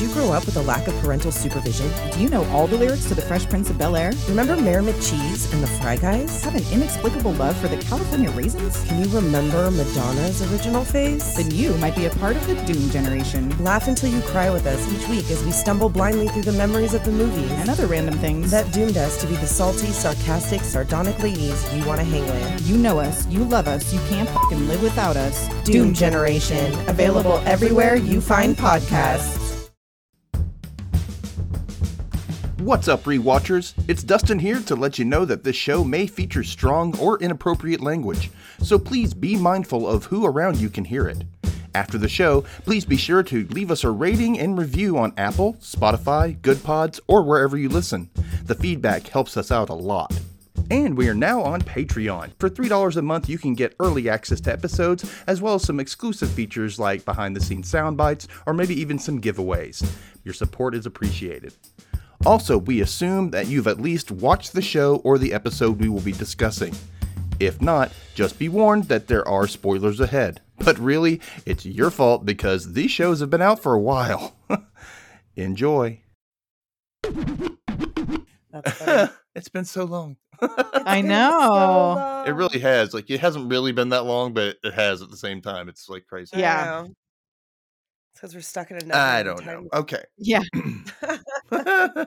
you grow up with a lack of parental supervision? Do you know all the lyrics to The Fresh Prince of Bel Air? Remember Mayor McCheese and the Fry Guys? Have an inexplicable love for the California raisins? Can you remember Madonna's original phase? Then you might be a part of the Doom generation Laugh until you cry with us each week as we stumble blindly through the memories of the movies and other random things. that doomed us to be the salty, sarcastic, sardonic ladies you want to hang with. you know us, you love us, you can't fucking live without us. Doom Generation, available everywhere you find podcasts. What's up, rewatchers? It's Dustin here to let you know that this show may feature strong or inappropriate language, so please be mindful of who around you can hear it. After the show, please be sure to leave us a rating and review on Apple, Spotify, Good Pods, or wherever you listen. The feedback helps us out a lot. And we are now on Patreon. For $3 a month, you can get early access to episodes, as well as some exclusive features like behind the scenes sound bites, or maybe even some giveaways. Your support is appreciated. Also, we assume that you've at least watched the show or the episode we will be discussing. If not, just be warned that there are spoilers ahead. But really, it's your fault because these shows have been out for a while. Enjoy. it's been so long. I know. It Oh. really has. Like it hasn't really been that long, but it has at the same time. It's like crazy. Yeah. Because we're stuck in another. I don't know. Okay. Yeah.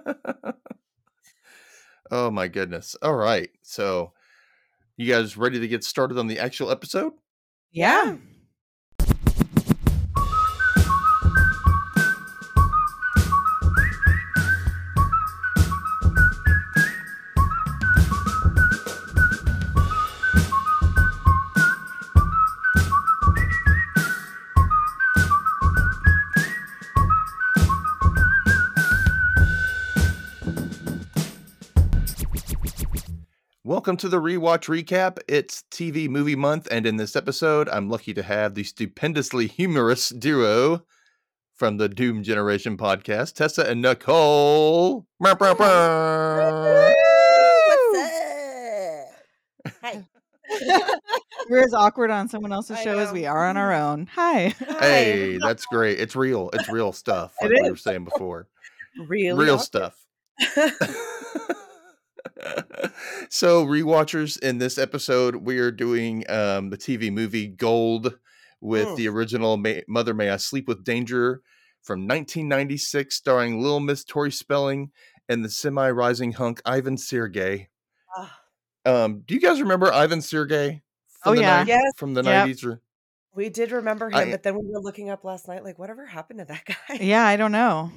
oh my goodness. All right. So, you guys ready to get started on the actual episode? Yeah. Welcome to the Rewatch Recap. It's TV Movie Month, and in this episode, I'm lucky to have the stupendously humorous duo from the Doom Generation podcast, Tessa and Nicole. Brr, brr, brr. We're as awkward on someone else's I show as know. Mm-hmm. we are on our own. Hi. Hey, that's great. It's real. It's real stuff, It like we were saying before. Real. real stuff. so rewatchers in this episode we are doing um, the tv movie gold with Mm. the original may- mother may i sleep with danger from 1996 starring lil miss tori spelling and the semi-rising hunk ivan sergey Ah. um, do you guys remember ivan sergey Oh, yeah. ni- Yes. from the Yep. 90s or- We did remember him, I- but then we were looking up last night, like, whatever happened to that guy? Yeah, I don't know.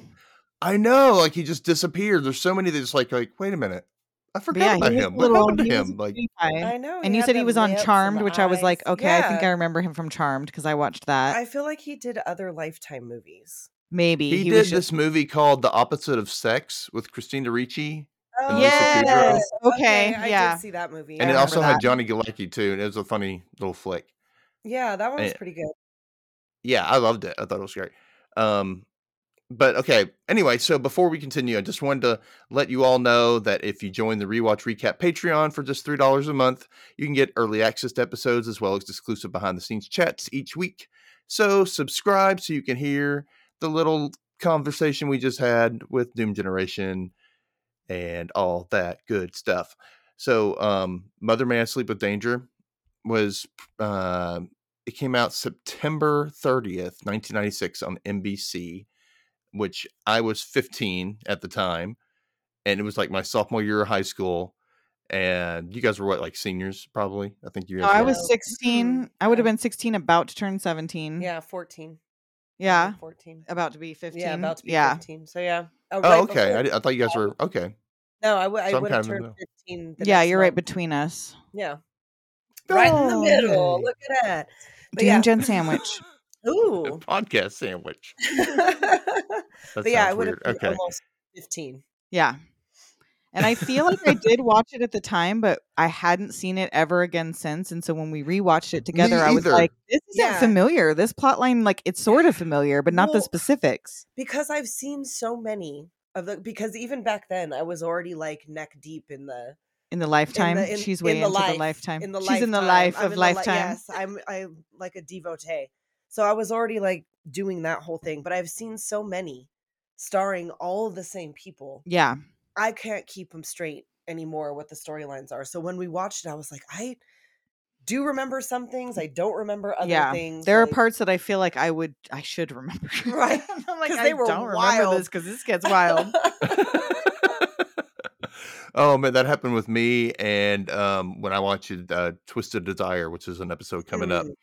i know like he just disappeared there's so many that just like like wait a minute i But forgot yeah, about he was him a what little- happened to he was him a like cutie pie. I know. and you had said he the was on lips and Charmed, the which I was like, eyes. okay, I think I Yeah. remember him from Charmed because I watched that. I feel like he did other Lifetime movies. Maybe He, did was this movie called The Opposite of Sex with Christina Ricci, Oh, And Lisa Kudrow. Yes. Okay, I yeah. did see that movie. and it yeah. remember also had that. Johnny Galecki too, and it was a funny little flick. yeah, that one was Eh, and- pretty good. Yeah, I loved it. I thought it was great. Um, but okay, anyway, so before we continue, I just wanted to let you all know that if you join the Rewatch Recap Patreon for just $3 a month, you can get early access to episodes as well as exclusive behind the scenes chats each week. So subscribe so you can hear the little conversation we just had with Doom Generation and all that good stuff. So, um, Mother May I Sleep with Danger was, uh, it came out September 30th, 1996 on NBC, which I was 15 at the time. And it was like my sophomore year of high school. And you guys were what, like seniors, probably? I think you guys No, I were. was 16. I would have been 16, about to turn 17. Yeah, 14. mm. Yeah. 14. About to be 15. Yeah, about to be Yeah. 15. So yeah. Oh, right okay. I, before- di- I thought you guys were okay. no, I, w- I so I'm would have kind of in the turned 15. the Yeah, next you're right month. between us. yeah. Right in the Oh, middle. yay. Look at that. But Doom yeah. Gen Sandwich. A Ooh. podcast sandwich. That but yeah, I sounds would have weird. been Okay. almost 15. Yeah. And I feel like I did watch it at the time, but I hadn't seen it ever again since. And so when we rewatched it together, I was either. like, this isn't Yeah. familiar. This plot line, like, it's sort of familiar, but not the Well, specifics. Because I've seen so many of the because even back then I was already like neck deep in the In the lifetime, in the- in- she's in way the into life, the lifetime. in the she's lifetime. in the life I'm in of the li- lifetime. yes, I'm I'm like a devotee. So I was already like doing that whole thing, but I've seen so many. starring all the same people. Yeah. I can't keep them straight anymore what the storylines are. So when we watched it, I was like, I do remember some things. I don't remember other Yeah. things. There are like- parts that I feel like I would, I should remember. Right. I'm like, 'Cause I they were don't remember wild. this because this gets wild. oh man, that happened with me. And um, when I watched uh, Twisted Desire, which is an episode coming up, Mm.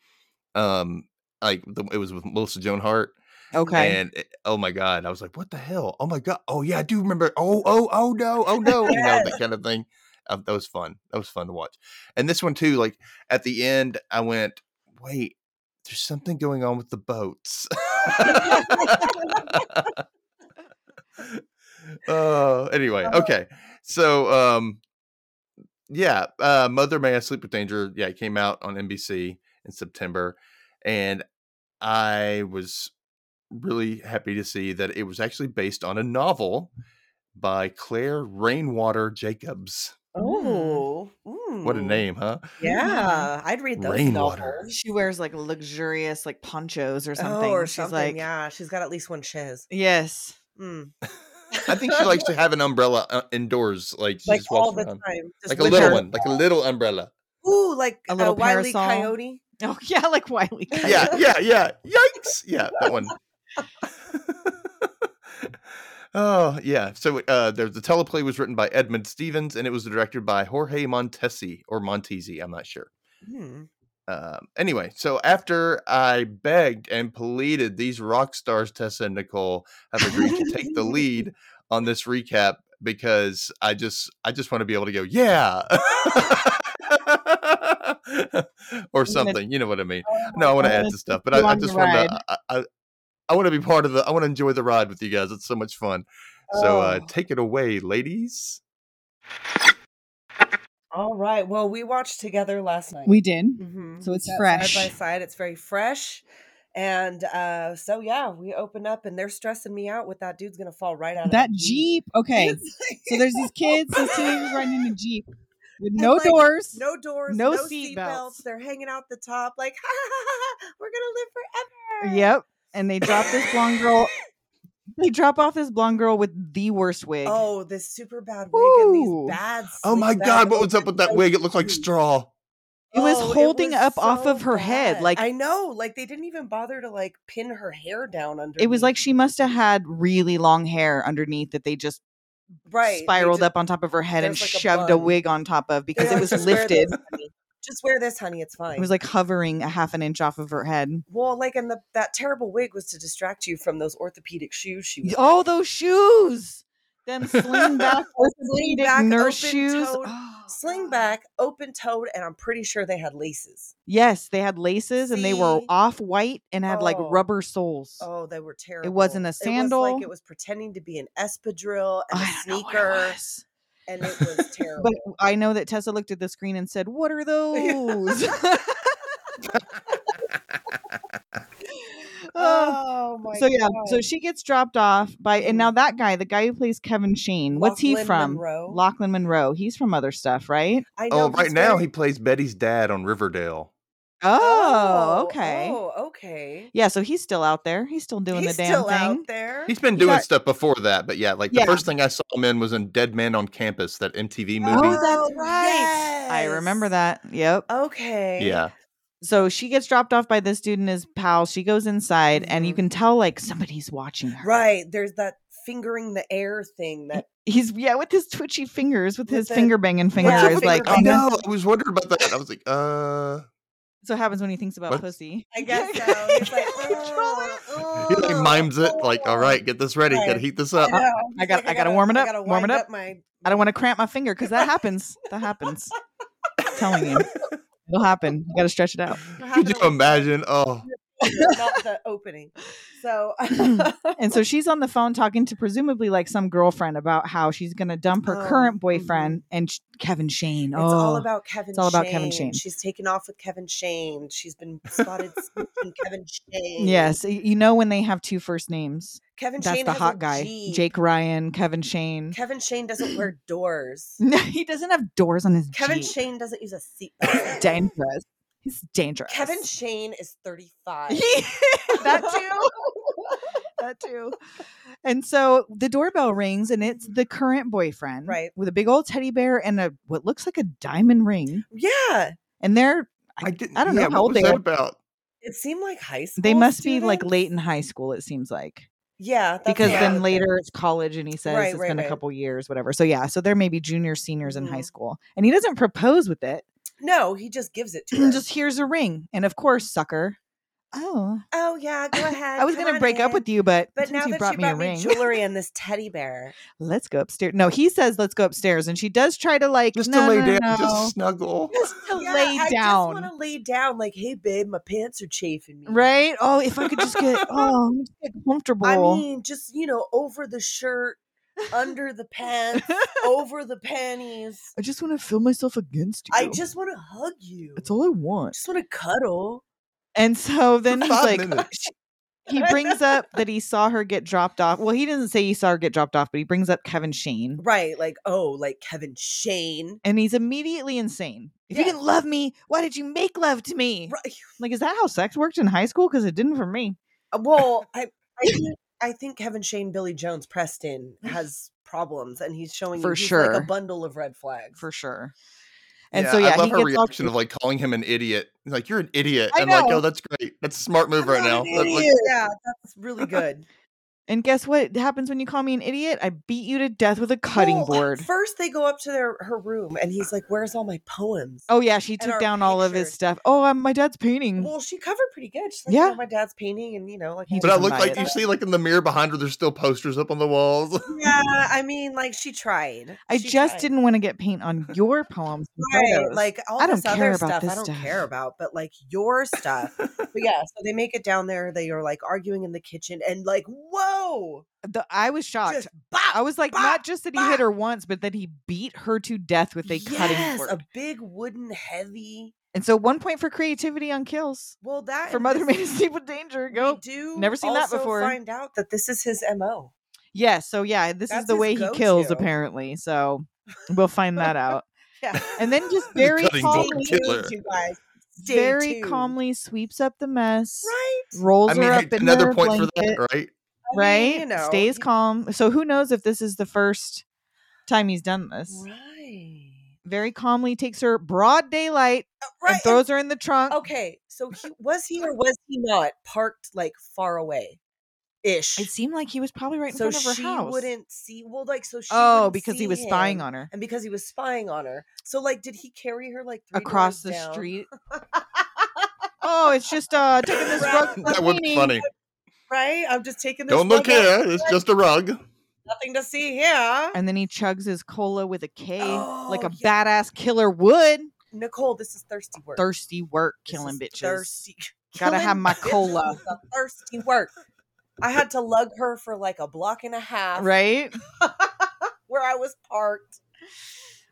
um, like the, it was with Melissa Joan Hart, okay. and it- oh my god, I was like, what the hell? Oh my god, oh yeah, I do remember. Oh oh oh no, oh no, you know that kind of thing. Uh, that was fun. That was fun to watch. And this one too, like at the end, I went, wait, there's something going on with the boats. Oh, anyway, Uh, okay. So, um, yeah, uh, Mother May I Sleep with Danger. Yeah, it came out on NBC in September, and I was really happy to see that it was actually based on a novel by Claire Rainwater Jacobs. Oh, What a mm. name, huh? Yeah, I'd read those Rainwater. novels. She wears like luxurious like ponchos or something. Oh, or She's something. like, yeah, she's got at least one shiz. yes. Mm. I think she likes to have an umbrella uh, indoors, like she Like just all walks the around, time, just like a with little her- one, like a little umbrella. Ooh, like A a little little Wiley parasol. Coyote. Oh yeah, like Wiley. Coyote. yeah, yeah, yeah. Yikes. Yeah, that one. oh, yeah. So uh there, the teleplay was written by Edmund Stevens and it was directed by Jorge Montesi or Montesi, I'm not sure. Hmm. Um, anyway, so after I begged and pleaded, these rock stars, Tessa and Nicole, have agreed to take the lead on this recap because I just, I just want to be able to go, yeah, or something. You know what I mean? No, I want to add wanna to stuff, but you I, I on the just want ride. to, I, I, I want to be part of the, I want to enjoy the ride with you guys. It's so much fun. So uh, Oh. take it away, ladies. All right. Well, we watched together last night. We did. Mhm. So it's That fresh. side by side. It's very fresh, and uh, so yeah, we open up, and they're stressing me out with that dude's gonna fall right out of That the Jeep. Okay. It's like- So there's these kids, these teenagers riding in a Jeep with And, no like, doors. no doors, No no, seat seat belts. belts. They're hanging out the top, like ha, ha, ha, ha, we're gonna live forever. Yep. And they drop this blonde girl. They drop off this blonde girl with the worst wig. Oh, this super bad wig and Ooh. these bad. Oh my sleek God, back what was up open with that toes. wig? It looked like straw. It was Oh, holding was up off so of her head, bad. like- I know, like they didn't even bother to like pin her hair down under. It was like she must have had really long hair underneath that they just right they spiraled just- up on top of her head and there's like a shoved a, bun. wig on top of because they're like, it was "Just wear lifted. this, honey. Just wear this, honey. It's fine. It was like hovering a half an inch off of her head. well, like, and the, that terrible wig was to distract you from those orthopedic shoes she was. Oh, those shoes! Them sling Sling back, orthopedic back, nurse open shoes. toed- Oh, sling God. back, open toed, and I'm pretty sure they had laces. Yes, they had laces and they were See? off white and had like Oh. rubber soles. Oh, they were terrible. wasn't It a was sandal. like it was pretending to be an espadrille and a I don't know what it sneaker, was. and it was terrible. But I know that Tessa looked at the screen and said, "What are those?" Oh, Oh my so yeah, God. so she gets dropped off by, and now that guy, the guy who plays Kevin Shane, what's he Lachlan from? Monroe. Lachlan Monroe. He's from other stuff, right? I know Oh, right he's now very- he plays Betty's dad on Riverdale. Oh, okay. Oh, okay. Yeah, so he's still out there. He's still doing he's the damn still thing. out there. He's been He doing got- stuff before that, but yeah, like Yeah. the first thing I saw him in was in Dead Man on Campus, that MTV Oh, movie. that's right. I remember yes. Oh. that. Yep. Okay. yeah. So she gets dropped off by this dude and his pal. She goes inside, and you Mhm. can tell like somebody's watching her. Right. There's that fingering the air thing that He's yeah, with his twitchy fingers, with, With his the- finger banging fingers. Yeah, What's up like with- I on the- know. I was wondering about that. I was like, uh, so happens when he thinks about What? pussy. I He guess can't- so. he He's like, "Oh." can't control it. "Ugh, he like ugh, mimes it, like, all ugh." right, get this ready, gotta Oh, Right. heat this I up. know. I I'm I just gotta- I gotta warm it I up, gotta warm it wind up. my I don't want to cramp my finger because that happens. That happens. I'm telling you, it'll happen. You got to stretch it out. Could you imagine? Oh, not the opening. So And so she's on the phone talking to presumably like some girlfriend about how she's going to dump her Oh, current mhm. boyfriend and sh- Kevin Shane. It's all Oh. about Kevin. it's all about Kevin Shane. She's taken off with Kevin Shane. She's been spotted sneaking Kevin Shane. Yes, y- you know when they have two first names. Kevin That's Shane the has hot a guy, Jeep. Jake Ryan, Kevin Shane. Kevin Shane doesn't wear doors. No, he doesn't have doors on his Kevin Jeep. Shane doesn't use a seatbelt. dangerous. He's dangerous. Kevin Shane is 35. that too. that too. And so the doorbell rings and it's the current boyfriend. Right. With a big old teddy bear and a what looks like a diamond ring. Yeah. And they're I didn't. I don't know yeah, how what old was they that were. about? It seemed like high school. they must be like students. late in high school, it seems like. Yeah. that's because what I then would later it's college and he says Right, it's right, been right. a couple years whatever so yeah so they're maybe juniors seniors in high Mhm. school and he doesn't propose with it think. No, he just gives it to her. just hears a ring and of course sucker oh oh yeah, go ahead. i was come gonna on break up in." with you but, But since now you that brought she me a brought me ring jewelry and this teddy bear, let's go upstairs no he says let's go upstairs and she does try to like Just no, to lay no, down, no. just snuggle. Just to Yeah, lay I just down want to lay down. Like, hey babe, my pants are chafing me. right oh if i could just get oh I'm just get comfortable I mean, just you know, over the shirt, under the pants, over the panties. I just want to feel myself against you I just want to hug you. it's all i I want just want to cuddle. And so then he's five like, minutes. he brings up that he saw her get dropped off. Well, he doesn't say he saw her get dropped off, but he brings up Kevin Shane. Right, like oh, like Kevin Shane. And he's immediately insane. If you Yeah. didn't love me, why did you make love to me? Right. Like, is that how sex worked in high school? Because it didn't for me. Uh, Well, I, I, think, I think Kevin Shane, Billy Jones, Preston has problems, and he's showing you For he's like sure. a bundle of red flags. For sure. And yeah, so yeah, I love he her gets all reaction of like calling him an idiot. Like you're an idiot, I and like, know. oh, that's great. That's a smart move right now. Not an That's like- idiot. yeah, that's really good. and guess what happens when you call me an idiot? I beat you to death with a cutting Well, board. First, they go up to their her room, and he's like, "Where's all my poems?" Oh yeah, she and took our down all of his pictures. stuff. Oh, um, my dad's painting. Well, she covered pretty good. She's like, yeah, Yeah. my dad's painting, and you know, like, He but I doesn't look buy like it. you see, like in the mirror behind her, there's still posters up on the walls. yeah, I mean, like, she tried. I She just tried. didn't want to get paint on your poems. and Right, photos. like all I this don't other care about stuff, I this don't stuff. care about, but like your stuff. but yeah, so they make it down there. They are like arguing in the kitchen, and like, whoa, the, I was shocked. just bop, I was like, bop, not just that he hit bop. her once, but that he beat her to death with a cutting yes, board. a big wooden heavy. and so, one point for creativity on kills Well, that for and Mother this- Made Us Deep with Danger. we Go. do Never seen that also before. Find out that this is his mo. Yeah. So, yeah, this is That's the his way he kills, go-to. apparently. So, we'll find that out. Yeah, And then just very cutting board calmly, Stay killer. tuned, you guys. Stay very tuned. calmly sweeps up the mess, right? rolls I mean, her hey, up in another her point blanket, for that, right? I mean, right? you know, Stays you- calm. So, who knows if this is the first time he's done this? Right. Very calmly takes her broad daylight Uh, Right. and and- Oh, throws her in the trunk. okay, so he was he or was he not parked like far away, ish? It seemed like he was probably right in so front of her she house. wouldn't see. Well, like so she. oh, wouldn't because he see was spying him, on her and because he was spying on her. So like, did he carry her like three across doors the down? street. oh, it's just uh taking this rug. from that would be Queenie. funny. Right. I'm just taking this. Don't look rug out, here. It's just a rug. Nothing to see here. And then he chugs his cola with a K, like Oh, a badass killer would. Nicole, this is thirsty work. Thirsty work, This killing is bitches. Thirsty. Gotta have Killing my bitches cola. is a thirsty work. I had to lug her for like a block and a half. Right? where I was parked.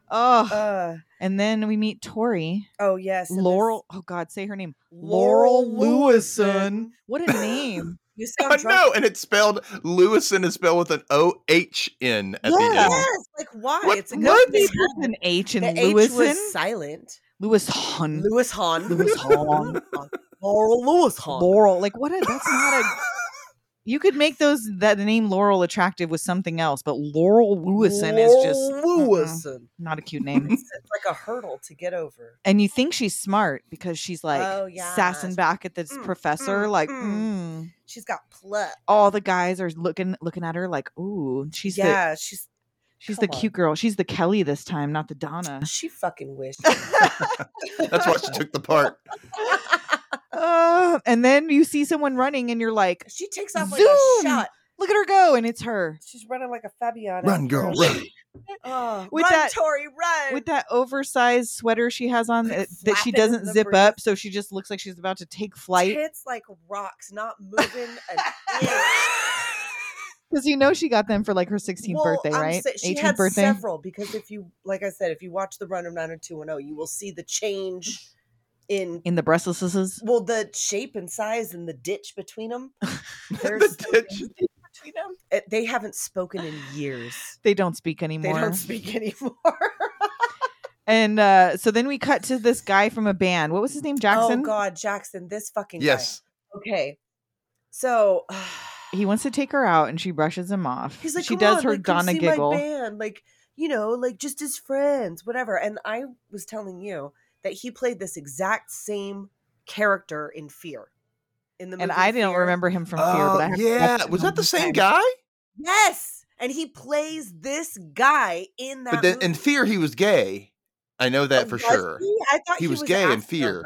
Oh, Uh, and then we meet Tori oh yes, and this- Laurel. Oh God, say her name, Laurel Lewison. Lewison. What a name! You I sound drunk. know, and it's spelled Lewison is spelled with an O H N at the Yeah. end. Yes, like why? What- It's a Nobody Nobody. puts an H in The H Lewison. was silent. Lewis Hahn. Lewis Hahn. Lewis Hahn. Laurel Lewis Hahn. Laurel. Like what a that's not a you could make those that the name Laurel attractive with something else, but Laurel Lewison is just mm-mm, Lewison. not a cute name. uh-uh. It's like a hurdle to get over. and you think she's smart because she's like Oh, sassing yes. back at this Mm, professor, mm, like mm. mm. She's got pluck. all the guys are looking looking at her like, ooh, she's the yeah, she's she's the come on. cute girl. She's the Kelly this time, not the Donna. she fucking wished. That's why she took the part. Uh, and then you see someone running and you're like, she takes off like a Zoom. shot. look at her go, and it's her. She's running like a Fabiana. Run, girl, run. Oh, With run, that- Tori, run. with that oversized sweater she has on that, that she Flapping in doesn't the zip breeze. up, so she just looks like she's about to take flight Tits like rocks, not moving an inch. because you know she got them for like her 16th Well, birthday, I'm right? sa- she 18th had birthday. several because if you, like I said, if you watch the run of 90210, you will see the change in in the breastlessnesses. well the shape and size and the ditch between them. There's the ditch. uh, they haven't spoken in years. They don't speak They anymore. don't speak anymore. And uh, so then we cut to this guy from a band. What was his name? Oh Jackson. God, Jackson, this fucking guy. Yes. Okay, so he wants to take her out, and she brushes him off. He's like, she "Come does on, her like, come Donna see giggle. My band. Like, you know, like just as friends, whatever. And I was telling you that he played this exact same character in Fear. In the and movie I didn't Fear. Oh, remember him from Fear, but I have to watch Uh, yeah, it was now that the this time. same guy? Yes, and he plays this guy in that. But then in movie. Fear, he was gay. I know that for Oh, Was sure. he? I thought He he, was gay in Asperger. Fear.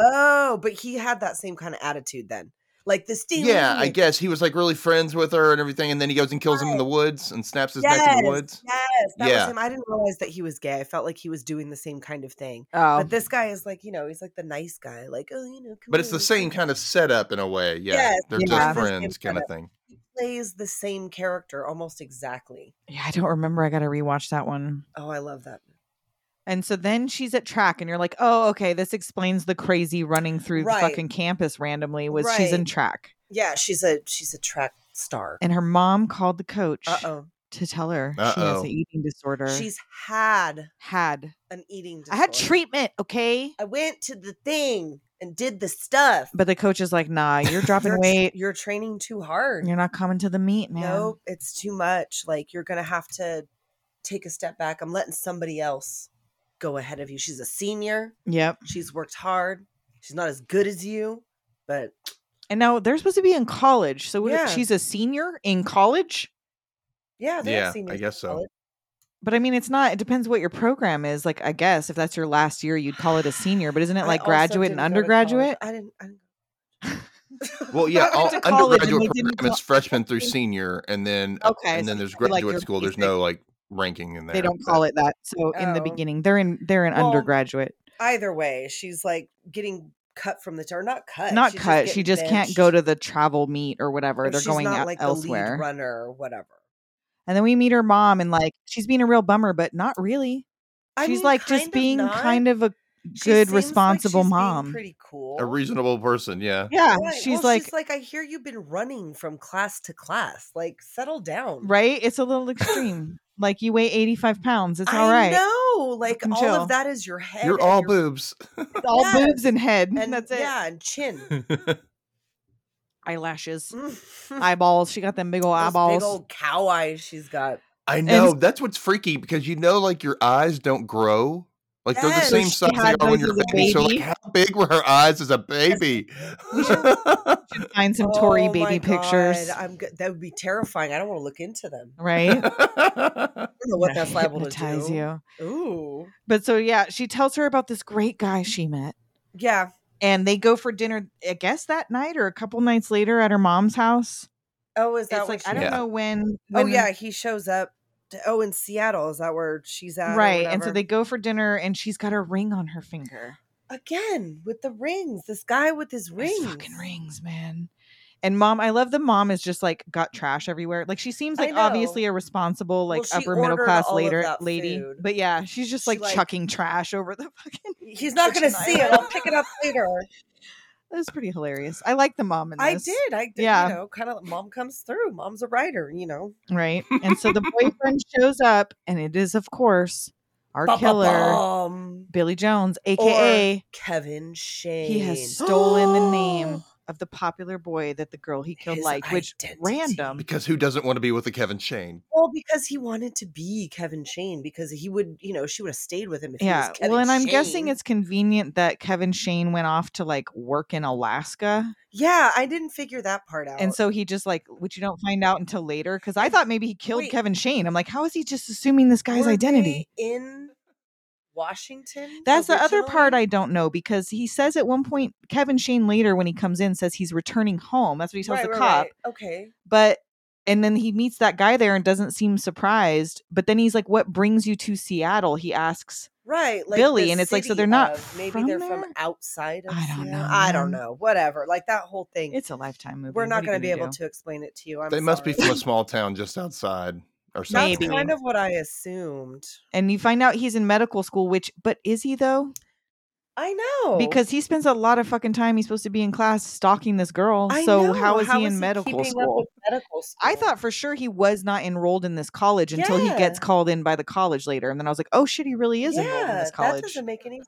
Oh, but he had that same kind of attitude then, like this thing. Yeah, I guess he was like really friends with her and everything, and then he goes and kills him in the woods and snaps his neck in the Yes. woods. Yes, that Yeah. was him. I didn't realize that he was gay. I felt like he was doing the same kind of thing. Oh, But this guy is like, you know, he's like the nice guy, like oh, you know. Come But it's the here, same come kind of setup in a way. Yeah, Yes, they're yeah. just The same friends, kind of setup. thing. plays the same character almost exactly. yeah, I don't remember. I got to rewatch that one. Oh, I love that. And so then she's at track, and you're like, "Oh, okay, this explains the crazy running through Right. the fucking campus randomly." Was she's in Right. track, Yeah, she's a she's a track star. and her mom called the coach Uh oh, to tell her she has Uh-oh. an eating disorder. she's had had. an eating. I Disorder. had treatment, okay. I went to the thing and did the stuff. But the coach is like, "Nah, you're dropping You're tr- weight. You're training too hard. You're not coming to the meet, man." Nope, it's too much. Like you're gonna have to take a step back. I'm letting somebody else go ahead of you. She's a senior. Yep. She's worked hard. She's not as good as you, but And now they're supposed to be in college. So what if Yeah. she's a senior in college. Oh, yeah, they Yeah, have seniors I in guess so. college. But I mean, it's not. It depends what your program is. Like, I guess if that's your last year, you'd call it a senior. But isn't I it like also graduate and didn't go to college. undergraduate? I didn't. I didn't. Well, yeah, I all went to college and undergraduate they didn't program is tell- freshman through senior, and then up- Okay, and so then there's kinda like graduate your school. There's basic- no like ranking in there. They don't call it that. So in the Oh. beginning, they're in they're an Well, undergraduate, Either way, she's like getting cut from the or not cut, not she's cut. she getting just can't benched. go to the travel meet or whatever. Or they're she's going not out like the elsewhere. lead runner or whatever. And then we meet her mom, and like she's being a real bummer, but not really. I she's mean, like kind just being not. kind of a She seems good, like responsible she's being mom. Pretty cool. A reasonable person, yeah. yeah. Right. She's Well, like she's like, I hear you've been running from class to class. Like, settle down. right. It's a little extreme. like you weigh eighty five pounds. It's all I right. know. Like, Fucking all chill. of that is your head. You're and all your- boobs. It's all Yes. boobs and head. And that's it. Yeah, and chin. Eyelashes. I eyeballs. She got them big old eyeballs. Big old cow eyes she's got. I know that's what's freaky because you know, like your eyes don't grow. Like they're the Yes. same She size they had are when those as you're a a baby. So like, baby. how big were her eyes as a baby? Should find some Tory Oh my baby pictures, God, I'm good. That would be terrifying. I don't want to look into them. I right? don't know what that's liable to Hypnotize do. you. Ooh. But so yeah, she tells her about this great guy she met, Yeah. and they go for dinner. I guess that night or a couple nights later at her mom's house. Oh, is that what It's like she I don't Yeah. know when. Oh when- yeah, he shows up. To, oh, in Seattle is that where she's at? or Right, and so whatever? they go for dinner, and she's got a ring on her finger. again with the rings. This guy with his Those rings. fucking rings, man. And mom, I love the mom is just like got trash everywhere. Like she seems I like obviously a responsible, like Well, she upper middle ordered class all of later that lady. food. But yeah, she's just She, like, like- chucking trash over the fucking. He's not going to Kitchen see it. island. I'll pick it up later. That was pretty hilarious. I like the mom in I this, did. I did. Yeah. You know, kind of mom comes through. Mom's a writer, you know. right? And so the boyfriend shows up, and it is of course our killer, Ba-ba-bum. Billy Jones, aka Kevin Shane. he has stolen the name of the popular boy that the girl he killed His liked, which identity. random. because who doesn't want to be with a Kevin Shane? Well, because he wanted to be Kevin Shane, because he would, you know, she would have stayed with him if he Yeah. was Kevin Well, and I'm guessing Shane. it's convenient that Kevin Shane went off to like work in Alaska. Yeah, I didn't figure that part out. And so he just like, which you don't find out until later. Cause I thought maybe he killed Wait. Kevin Shane. I'm like, how is he just assuming this guy's Were identity? they in Washington. That's the other part originally? I don't know because he says at one point, Kevin Shane later when he comes in says he's returning home. That's what he tells Right, the right, cop. right. Okay. But, and then he meets that guy there and doesn't seem surprised. But then he's like, what brings you to Seattle? He asks. right like Billy, the and it's like, so city they're not of- maybe from they're there? from outside of I don't Seattle. know, i don't man. know whatever like that whole thing It's a lifetime movie. we're What not are you going to be gonna able do? to explain it to you i'm they must be sorry. from a small town just outside or something. that's Maybe. kind of what i assumed And you find out he's in medical school, which, but is he though? i know because he spends a lot of fucking time he's supposed to be in class stalking this girl I so know, how is how he in medical keeping up school with medical school i thought for sure he was not enrolled in this college until he gets Yeah. called in by the college later and then i was like oh shit he really is enrolled in Yeah, this that college doesn't make any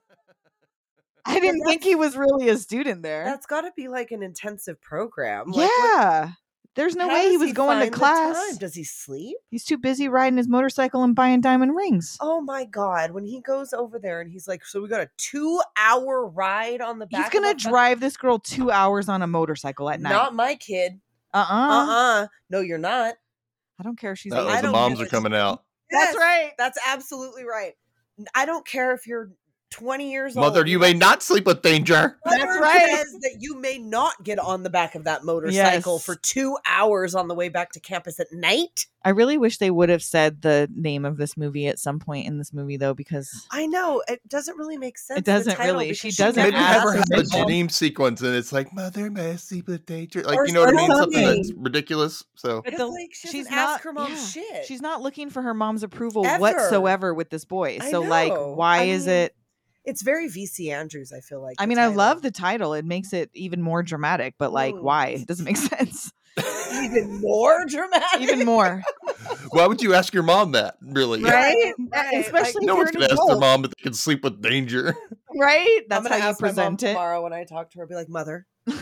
i didn't think that's- he was really a student there that's got to be like an intensive program like, what- yeah There's no How way he does was going to find the class. time? Does he sleep? He's too busy riding his motorcycle and buying diamond rings. Oh my god! When he goes over there and he's like, "So we got a two-hour ride on the He's Oh, back." gonna of a fuck- drive this girl two hours on a motorcycle at night. Not my kid. uh uh Uh uh No, you're not. I don't care if she's. I Uh-oh, the don't bombs give are a coming out. Yes, That's right. That's absolutely right. I don't care if you're 20 years old. Mother, you may not sleep with danger. Mother That's right. Says that you may not get on the back of that motorcycle Yes. for two hours on the way back to campus at night. I really wish they would have said the name of this movie at some point in this movie, though, because I know it doesn't really make sense. in the doesn't title really. because She doesn't never Maybe have her asked have a him. dream sequence and it's like, Mother, may I sleep with danger? Like, Or you know what I mean? Something something. that's ridiculous. So, But It's the- like she she's doesn't ask not- her mom yeah, shit. she's not looking for her mom's approval Eh, Ever. whatsoever with this boy. I So, like, know. why I is mean, it? it's very VC Andrews. I feel like. I the mean, I title. love the title. It makes it even more dramatic, but like, Mm. why? It doesn't make sense. even more dramatic. Even more, why would you ask your mom that, really? right? right. Especially No if one's you're an going to ask their adult, mom if they can sleep with danger. right? I'm That's gonna how you ask my mom present it. tomorrow when I talk to her. Be like, mother,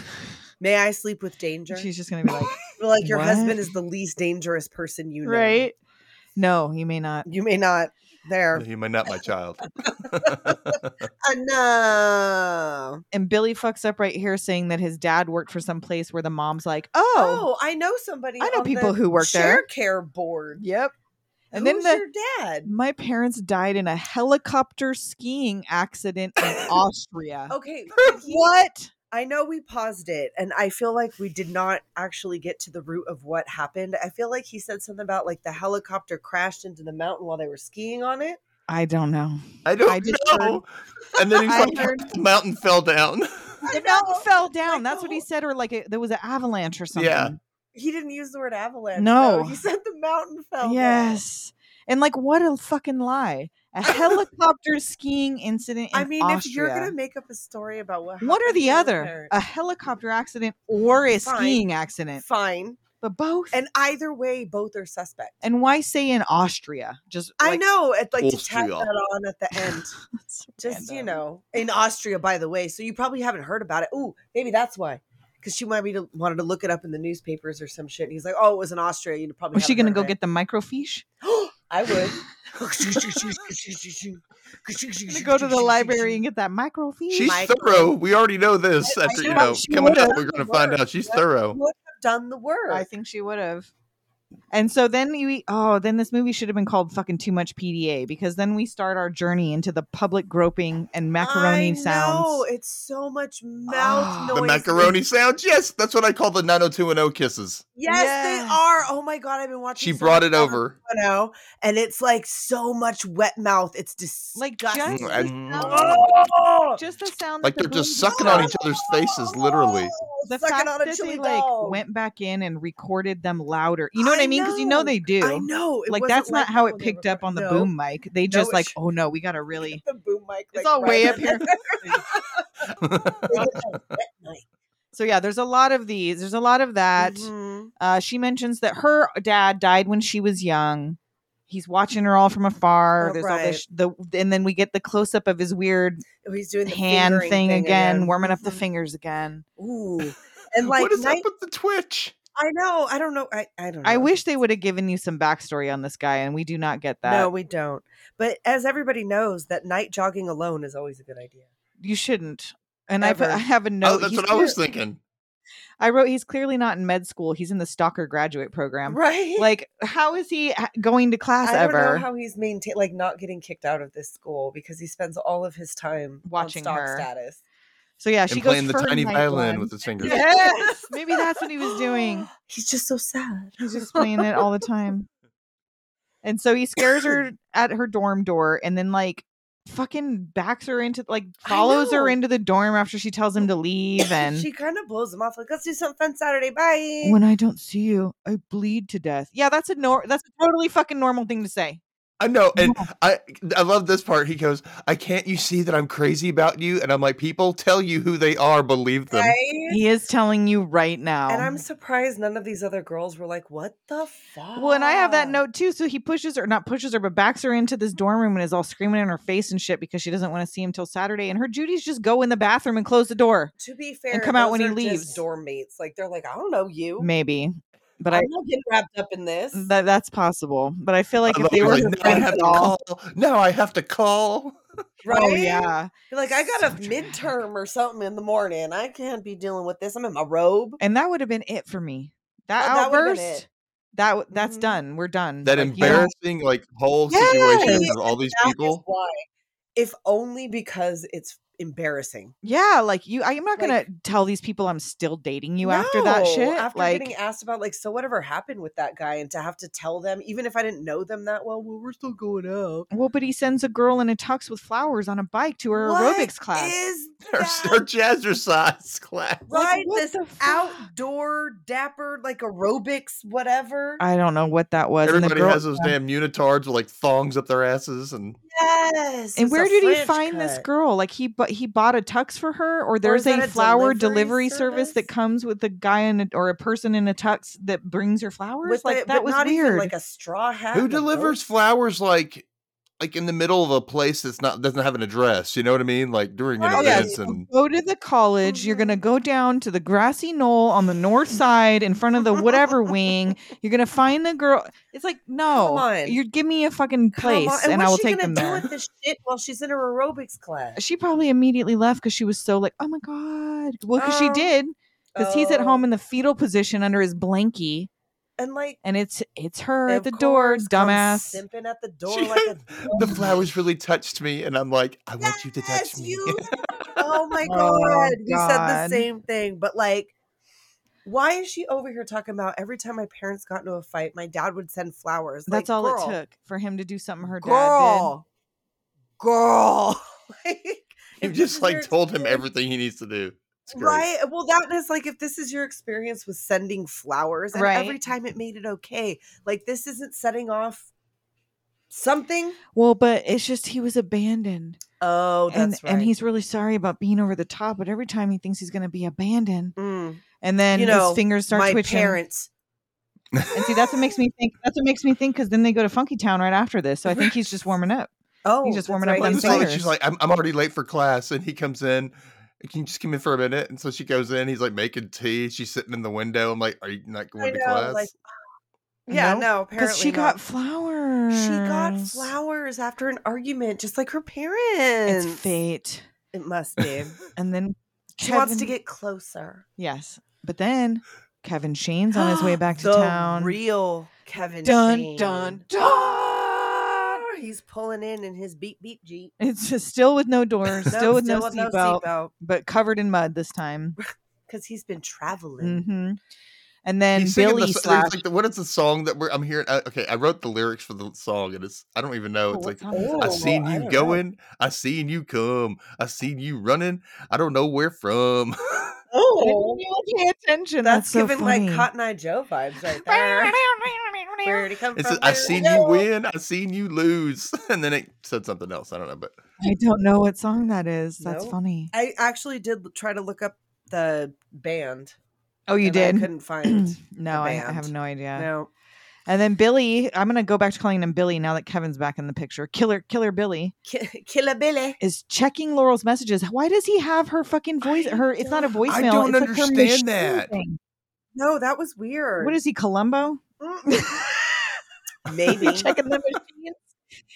may I sleep with danger? She's just gonna be like, like your What? husband is the least dangerous person you know. right? No, you may not. You may not there. you may not, my child. Uh, no. And Billy fucks up right here, saying that his dad worked for some place where the mom's like, "Oh, Oh, I know somebody. I know on the people who work there. share care board. yep." And Who's then the your dad. my parents died in a helicopter skiing accident in Austria. Okay, did he- What? I know we paused it, and I feel like we did not actually get to the root of what happened. I feel like he said something about like the helicopter crashed into the mountain while they were skiing on it. I don't know. I don't I just know. and then he's I like, heard- the mountain fell down. The mountain fell down. Like That's the what he whole- said, or like it there was an avalanche or something. Yeah. He didn't use the word avalanche. though. No. he said the mountain fell. down. Yes. And like, what a fucking lie! A helicopter skiing incident. In I mean, if you're Austria. gonna make up a story about what, one or happened to the your other, parents, a helicopter accident or a Fine. skiing accident, fine. but both. And And, either way, both are suspect. why say in Austria? Just I like, know. I'd like to tag that Austria. on at the end. That's so Just you random. know, in Austria, by the way. So you probably haven't heard about it. Ooh, maybe that's why. Because she might be to, wanted to look it up in the newspapers or some shit. And he's like, "Oh, it was in Austria. You probably." Was she gonna haven't go heard get the microfiche? of it." I would. Gonna go to the library and get that microfiche. She's My- thorough. We already know this. I- I After you know know, she coming up, would've. we're going to find out she's thorough. would have done the work. I think she would have. And so then we oh then this movie should have been called fucking too much PDA because then we start our journey into the public groping and macaroni I sounds. Know. It's so much mouth Ah. noise. The macaroni sounds. Yes, that's what I call the 90210 kisses. Yes, Yes. they are. Oh my god, I've been watching. She so brought much it over. Bono, and it's like so much wet mouth. It's disgusting. Like just, Mm, the and- sound, Oh! just the sound Like that they're the just boom- sucking on each other's faces, literally. the Oh, sucking fact on a that chili they like dog. went back in and recorded them louder. You know what I, I mean? Because you know know. they do. I know. it Like wasn't that's not how that it when they picked up record- on the No, boom mic. They just it like, sh- oh no, we gotta really. The boom mic. like, It's all right way up on here. the- Wet mic. so yeah, there's a lot of these. There's a lot of that. Mhm. Uh, she mentions that her dad died when she was young. He's watching her all from afar. Oh, There's all this, the, and then we get the close up of his weird Oh, He's doing the hand fingering thing, again, warming up the Mhm. fingers again. Ooh, and like what is night- up with the twitch? I know. I don't know. I, I don't. know. I wish they would have given you some backstory on this guy, and we do not get that. No, we don't. But as everybody knows, that night jogging alone is always a good idea. you shouldn't. And I, put, Ever. I have a No, note. Oh, that's he's what I was clear- thinking. I wrote he's clearly not in med school. He's in the stalker graduate program. Right? Like, how is he h- going to class I don't ever? know how he's maintained, like not getting kicked out of this school because he spends all of his time on Watching stock her. status. so yeah, she And goes playing the for tiny night violin one. with his fingers. Yes, maybe that's what he was doing. He's just so sad. He's just playing it all the time. And so he scares her at her dorm door and then like fucking backs her into like I follows her know. into the dorm after she tells him to leave and she kind of blows him off like, "Let's do something fun Saturday." Bye. when I don't see you, I bleed to death. Yeah, that's a nor that's a totally fucking normal thing to say. I know, and I I love this part. He goes, "I can't you see that I'm crazy about you?" And I'm like, "People tell you who they are, believe them." Right? He is telling you right now. And I'm surprised none of these other girls were like, "What the fuck?" well, and I have Ah. that note too. So he pushes her, not pushes her, but backs her into this dorm room and is all screaming in her face and shit because she doesn't want to see him till Saturday. And her duties just go in the bathroom and close the door. To be fair, come out those when he are just leaves. Dorm mates, like they're like, "I don't know you." Maybe. but I I'm not getting wrapped up in this. that that's possible. But I feel like I if love they it. were Like, her now I friends have at to all, call. Now I have to call. right? oh yeah, You're like I got a So dramatic. midterm or something in the morning. I can't be dealing with this. I'm in my robe. and that would have been it for me. That- That that would've been outburst, it. that w- that's Mhm. done. We're done. That Like, you don't- embarrassing, like whole Yeah, situation yeah, of all these That is people. why, if only because it's embarrassing. Yeah, like you, I am not Like- gonna tell these people I'm still dating you after that No, shit. After like, getting asked about, like, so whatever happened with that guy, and to have to tell them, even if I didn't know them that well, well, we're still going out. well, but he sends a girl in a tux with flowers on a bike to her What aerobics class. Is Her, that her jazzercise class. right? what this the fuck? outdoor dapper, like aerobics, whatever. I don't know what that was. And the Everybody girl- has those damn unitards with like thongs up their asses, and yes. and it's where a did he French find this cut. girl? Like he but he bought a tux for her, or there's is a that a flower delivery delivery service? that service? comes with a guy in a, or a person in a tux that brings her flowers. With like it, that but was not weird. even like a straw hat. who and a bow delivers flowers like, like in the middle of a place that's not doesn't have an address? You know what I mean? Like during an Right. Yeah, events and go to the college. You're going to go down to the grassy knoll on the north side in front of the whatever wing. You're going to find the girl. It's like, no, on. you give me a fucking Come on, place and, I what's will she take gonna them do there. With this shit while she's in her aerobics class. She probably immediately left because she was so like, oh my God. Well, because she Oh. did. Because he's at home Oh, in the fetal position under his blankie, and like and it's it's her of at the door, course, comes dumbass. simping at the door She- like a the flowers really touched me, and I'm like, I want you to touch Yes, me. you- oh my god, Oh, you said the God. same thing, but like, why is she over here talking about every time my parents got into a fight, my dad would send flowers? That's Like, all girl, it took for him to do something her dad Girl, girl, like you if this just is like your told him experience- everything he needs to do. It's great. Right. Well, that is like if this is your experience with sending flowers, and every Right. time it made it okay. Like this isn't setting off something. did. Well, but it's just he was abandoned. Oh, and that's right. and he's really sorry about being over the top, but every time he thinks he's going to be abandoned, Mm, and then You know, his fingers start my twitching. parents. And see, that's what makes me think. That's what makes me think because then they go to Funky Town right after this, so I think he's just warming up. Oh, just that's warming up right. on He's It's not like, like fingers. she's like, I'm, I'm already late for class. And he comes in, can you just come in for a minute? And so she goes in, he's like making tea. She's sitting in the window. I'm like, Are you not I going to know, class? like, yeah, No, um, no, Because apparently she not. got flowers. she got flowers after an argument, just like her parents. It's fate, It must be. and then she wants to Kevin- get closer. yes, but then Kevin Shane's on his way back to The town. Real Kevin. dun Shane. Ah, dun dun. He's pulling in in his beep beep jeep. It's just still with no doors, still with no seatbelt, seatbelt but covered in mud this time. because he's been traveling. hmm And then He's singing the Billy so- there's, slash like, the- what is the song that we're, I'm hearing? Uh, okay, I wrote the lyrics for the song, and it's I don't even know. It's like I Oh, seen I you don't know. going, I seen you come, I seen you running. I don't know where from. I didn't Oh, even pay attention. that's, That's, so giving funny. like Cotton Eye Joe vibes right there. Where'd he come It from? says, I Where'd he seen you go?" win, I seen you lose, and then it said something else. I don't know, but I don't know what song that is. That's No. funny. I actually did try to look up the band. Oh, you and I did. couldn't find. no, I, I have band. no idea. no. And then Billy, I'm gonna go back to calling him Billy now that Kevin's back in the picture. Killer, Killer Billy Ki- Killer Billy. is checking Laurel's messages. Why does he have her fucking voice? I Her, it's not a don't- voicemail. I don't it's like her understand machine that. thing. No, that was weird. Mm. What is he, Columbo? Maybe. checking the machines.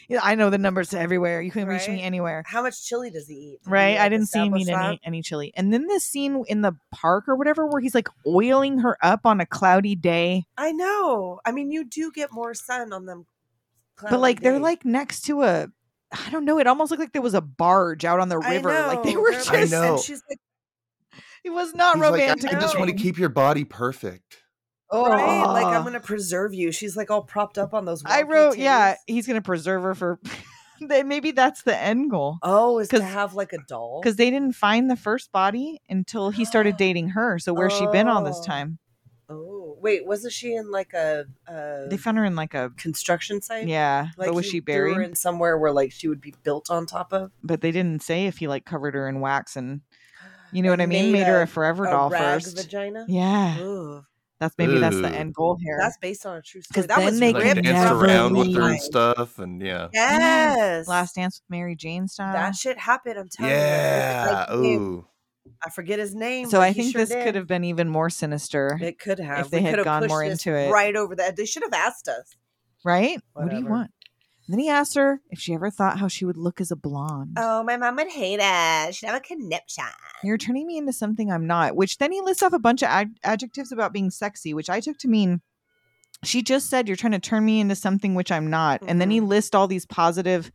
Yeah, I know the numbers to everywhere. You can reach me Right? anywhere. How much chili does he eat? Did he, Right. I like, didn't see him establish eat that? any, any chili. And then this scene in the park or whatever where he's like oiling her up on a cloudy day. I know. I mean, you do get more sun on them. but cloudy like they're days. like next to a I don't know, it almost looked like there was a barge out on the I river. Like they know, were they're just I and know. she's like, it was not He's like, I- romantic. I, just want to looking. keep your body perfect. oh. right? Like I'm gonna preserve you. She's like all propped up on those. I wonky wrote, yeah, titties. he's gonna preserve her for then maybe that's the end goal. Oh, is to 'Cause- have like a doll. Because they didn't find the first body until he started dating her. So where's she been all this Oh. time? Oh, wait, wasn't she in like a, a They found her in like a construction site? yeah. Like but was he she threw her buried? in somewhere where like she would be built on top of? but they didn't say if he like covered her in wax and you know And what I mean. Made, made her a- a forever a doll rag first. vagina. Yeah, Ooh, that's maybe that's the Ooh. end goal here. that's based on a true story. 'Cause That then was they They could ripped like, danced from never Mm, around with her and mine. stuff, and yeah. Yeah. Yes, Last dance with Mary Jane style. that shit happened. I'm telling you, Yeah. It's like, Ooh. I forget his name. So but I he think sure this did. could have been even more sinister, It could have. they We had could have gone pushed more this into it. right over that. They should have asked us. right? What do you Whatever. want? And then he asked her if she ever thought how she would look as a blonde. Oh, my mom would hate us. She'd have a conniption. You're turning me into something I'm not. Which then he lists off a bunch of ad- adjectives about being sexy, which I took to mean she just said you're trying to turn me into something which I'm not. And Mm-hmm. then he lists all these positive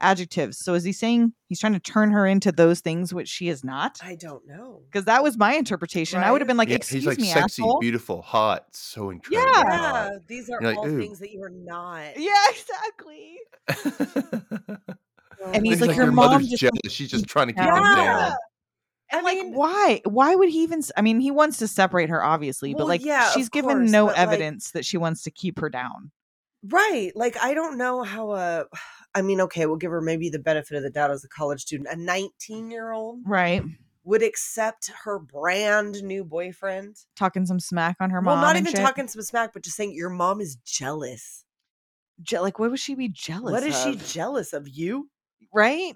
adjectives. So is he saying he's trying to turn her into those things which she is not? I don't know. Because that was my interpretation. I would have Right. been like, Yeah, excuse he's like me, sexy, asshole. beautiful, hot, so incredible. Yeah, these are You're like, all "Ooh." things that you are not. Yeah, exactly. And he's He's like, like your your mom mother's just- jealous. She's just trying to keep him Yeah. down. I like mean, why why would he even s- i mean he wants to separate her obviously but Well, like yeah, of she's given course, no but, like- evidence that she wants to keep her down right. Like, I don't know how a. I mean, okay, we'll give her maybe the benefit of the doubt as a college student. A 19 year old right would accept her brand new boyfriend. talking some smack on her well, mom not and even shit. talking some smack, but just saying your mom is jealous. Je- like what would she be jealous what is she of, jealous of? You? right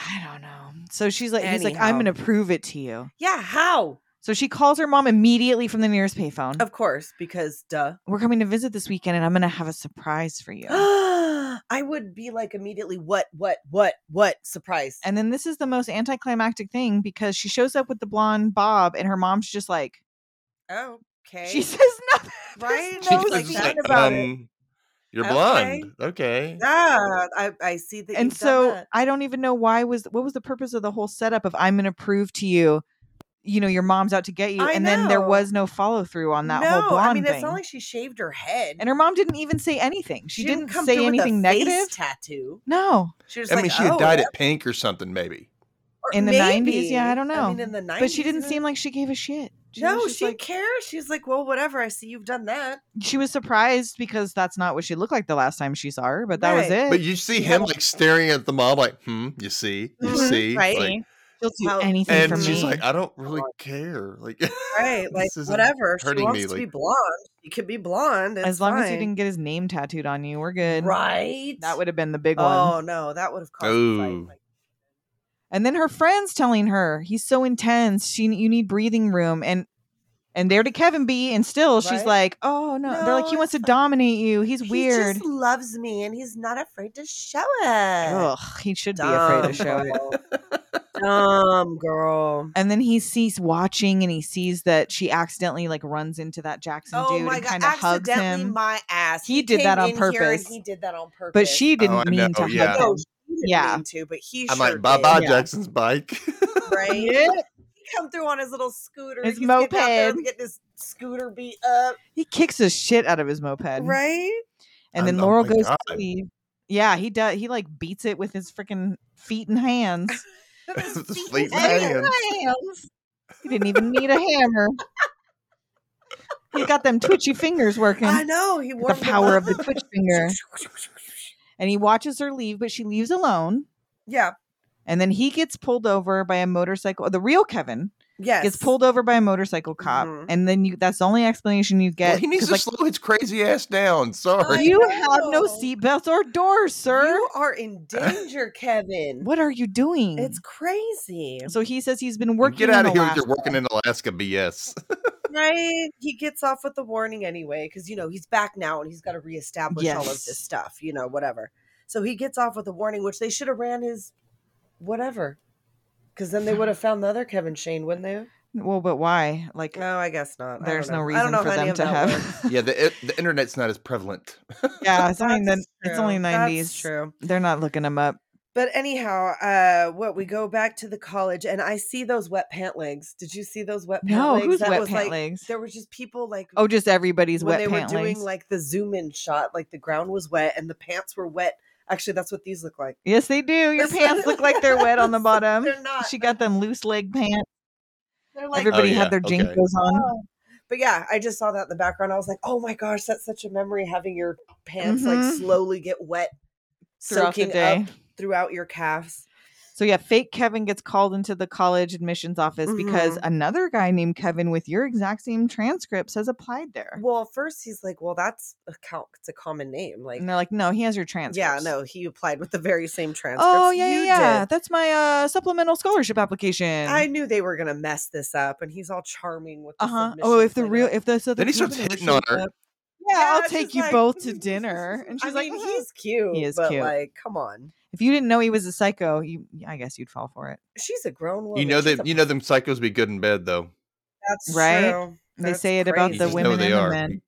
i don't know so she's like he's like i'm Anyhow. gonna prove it to you Yeah, how? so she calls her mom immediately from the nearest payphone Of course, because duh. we're coming to visit this weekend and i'm gonna have a surprise for you I would be like immediately, what, what, what, what? Surprise. and then this is the most anticlimactic thing because she shows up with the blonde bob and her mom's just like okay. she says nothing right? She She's knows just nothing like, about it. um, you're Okay. blonde. Okay. Yeah, I, I see that. and you've done so that. I don't even know why was what was the purpose of the whole setup of I'm going to prove to you, you know, your mom's out to get you, I and then there know. was no follow through on that whole No, blonde I mean, thing. it's not like she shaved her head. and her mom didn't even say anything. She, didn't, come say through with a anything face negative. tattoo. No, She was I mean, like, she had "Oh, dyed yeah," it pink or something, maybe. or in the 90s, yeah, I maybe. don't I mean, know. in the 90s. but she didn't even- seem like she gave a shit. She was No, just she like- didn't care. She's like, well, whatever. I see you've done that. she was surprised because that's not what she looked like the last time she saw her. But that was Right. it. But you see Yeah. him like staring at the mom, like, hmm, you see, you Mhm, see, right. like, She'll do How- anything and for she's me. like, I don't really care, like, Right. Like, this isn't whatever. If hurting she wants me, to be like- blonde. She could be blonde. it's as long as you fine. didn't get his name tattooed on you, we're good. Right. That would have been the big one. Oh, no. That would have caused a fight. Ooh. Like, and then her friends telling her he's so intense she you need breathing room and and there to kevin be and still she's Right? like oh no. they're like No, he wants to it's- dominate you he's weird He just loves me and he's not afraid to show it. ugh he should be afraid to show it it. Dumb girl. and then he sees watching and he sees that she accidentally like runs into that jackson Oh dude my and god! kind of hugs Accidentally, him my ass. He did that came on in here and purpose. He did that on purpose. but she didn't Oh, I mean know, to hug yeah. him No, she didn't Yeah. mean to, but he. I'm sure like, bye bye, did, Jackson's bike. Right? Yeah. He come through on his little scooter. His He's getting out there moped. getting his scooter beat up. he kicks his shit out of his moped Right? and then Oh, oh laurel my goes God. to leave yeah he does he like beats it with his freaking feet and hands His With his feet fleet and man. hands. He didn't even need a hammer. He got them twitchy fingers working. I know he The warmed them power of up. the twitch finger. And he watches her leave, but she leaves alone. Yeah. And then he gets pulled over by a motorcycle. The real Kevin Yes. gets pulled over by a motorcycle cop. Mhm. And then you that's the only explanation you get. well, he needs 'cause, to slow his crazy ass down. like, I Sorry. you have no know. seatbelts or doors, sir. You are in danger, Kevin. What are you doing? It's crazy. so he says he's been working. Get in out of here with Alaska. your working in Alaska BS. Right? He gets off with the warning anyway, because you know he's back now and he's got to reestablish all of Yes. this stuff. You know, whatever. So he gets off with a warning, which they should have ran his whatever, because then they would have found the other Kevin Shane, wouldn't they? Well, but why? Like No, I guess not. I don't there's no know. I don't reason know for how any them of to that have works. yeah, the it, the internet's not as prevalent. Yeah, it's only That's the, it's only true. That's Mm. nineties. true. They're not looking him up. But anyhow, uh, what we go back to the college, and I see those wet pant legs. Did you see those wet pant No, legs? who's that wet was pant like legs? there were just people like Oh, just everybody's when wet they pant were doing legs. like the zoom in shot, like the ground was wet and the pants were wet. Actually, that's what these look like. yes, they do. Your pants look like they're wet on the bottom. They're not. She got them loose leg pants. They're like, Oh. Everybody Oh, yeah, had their okay. jinkos on. but yeah, I just saw that in the background. I was like, oh my gosh, that's such a memory having your pants Mhm. like slowly get wet, Throughout the soaking day. up throughout your calves. So yeah, fake Kevin gets called into the college admissions office because Mhm. another guy named Kevin with your exact same transcripts has applied there. Well, first he's like, well, that's a count. It's a common name. Like, and they're like, no, he has your yeah, transcripts. no, he applied with the very same transcripts. Oh yeah, yeah, you yeah. did. That's my uh, supplemental scholarship application. I knew they were gonna mess this up, and he's all charming with. the uh huh. Oh, if the submissions, like, real, uh, if the so Then he starts hitting on her. Yeah, I'll it's take just you like, "Hmm, both to dinner. And I she's like, mean, "Mhm." he's cute. He is but cute. Like, come on, if you didn't know he was a psycho, you, I guess you'd fall for it. she's a grown woman. You know She's that a- you know them psychos be good in bed though. That's Right? true. they That's say it about You the just crazy. know women they and the are. men.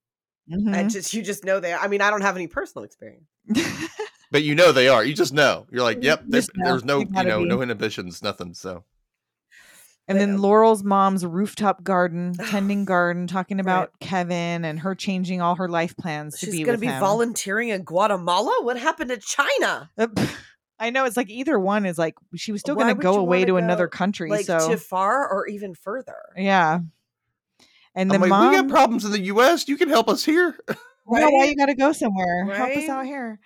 I Mhm. just you just know they. I mean, I don't have any personal experience. But you know they are. You just know. You're like, yep. There, Just know. there's no, They you gotta know, be. no inhibitions, nothing. So and then But- uh, Laurel's mom's rooftop garden, tending garden, talking about Kevin and her changing all her life plans to She's be gonna with be him. volunteering in Guatemala. What happened to China? Uh, I know it's like either one is like she was still Why going to would go you away wanna to another go, country. Like so to far or even further? yeah, and the I'm like, mom. we got problems in the U.S. You can help us here. I don't know why Right? you got to go somewhere. Help us Right? out here.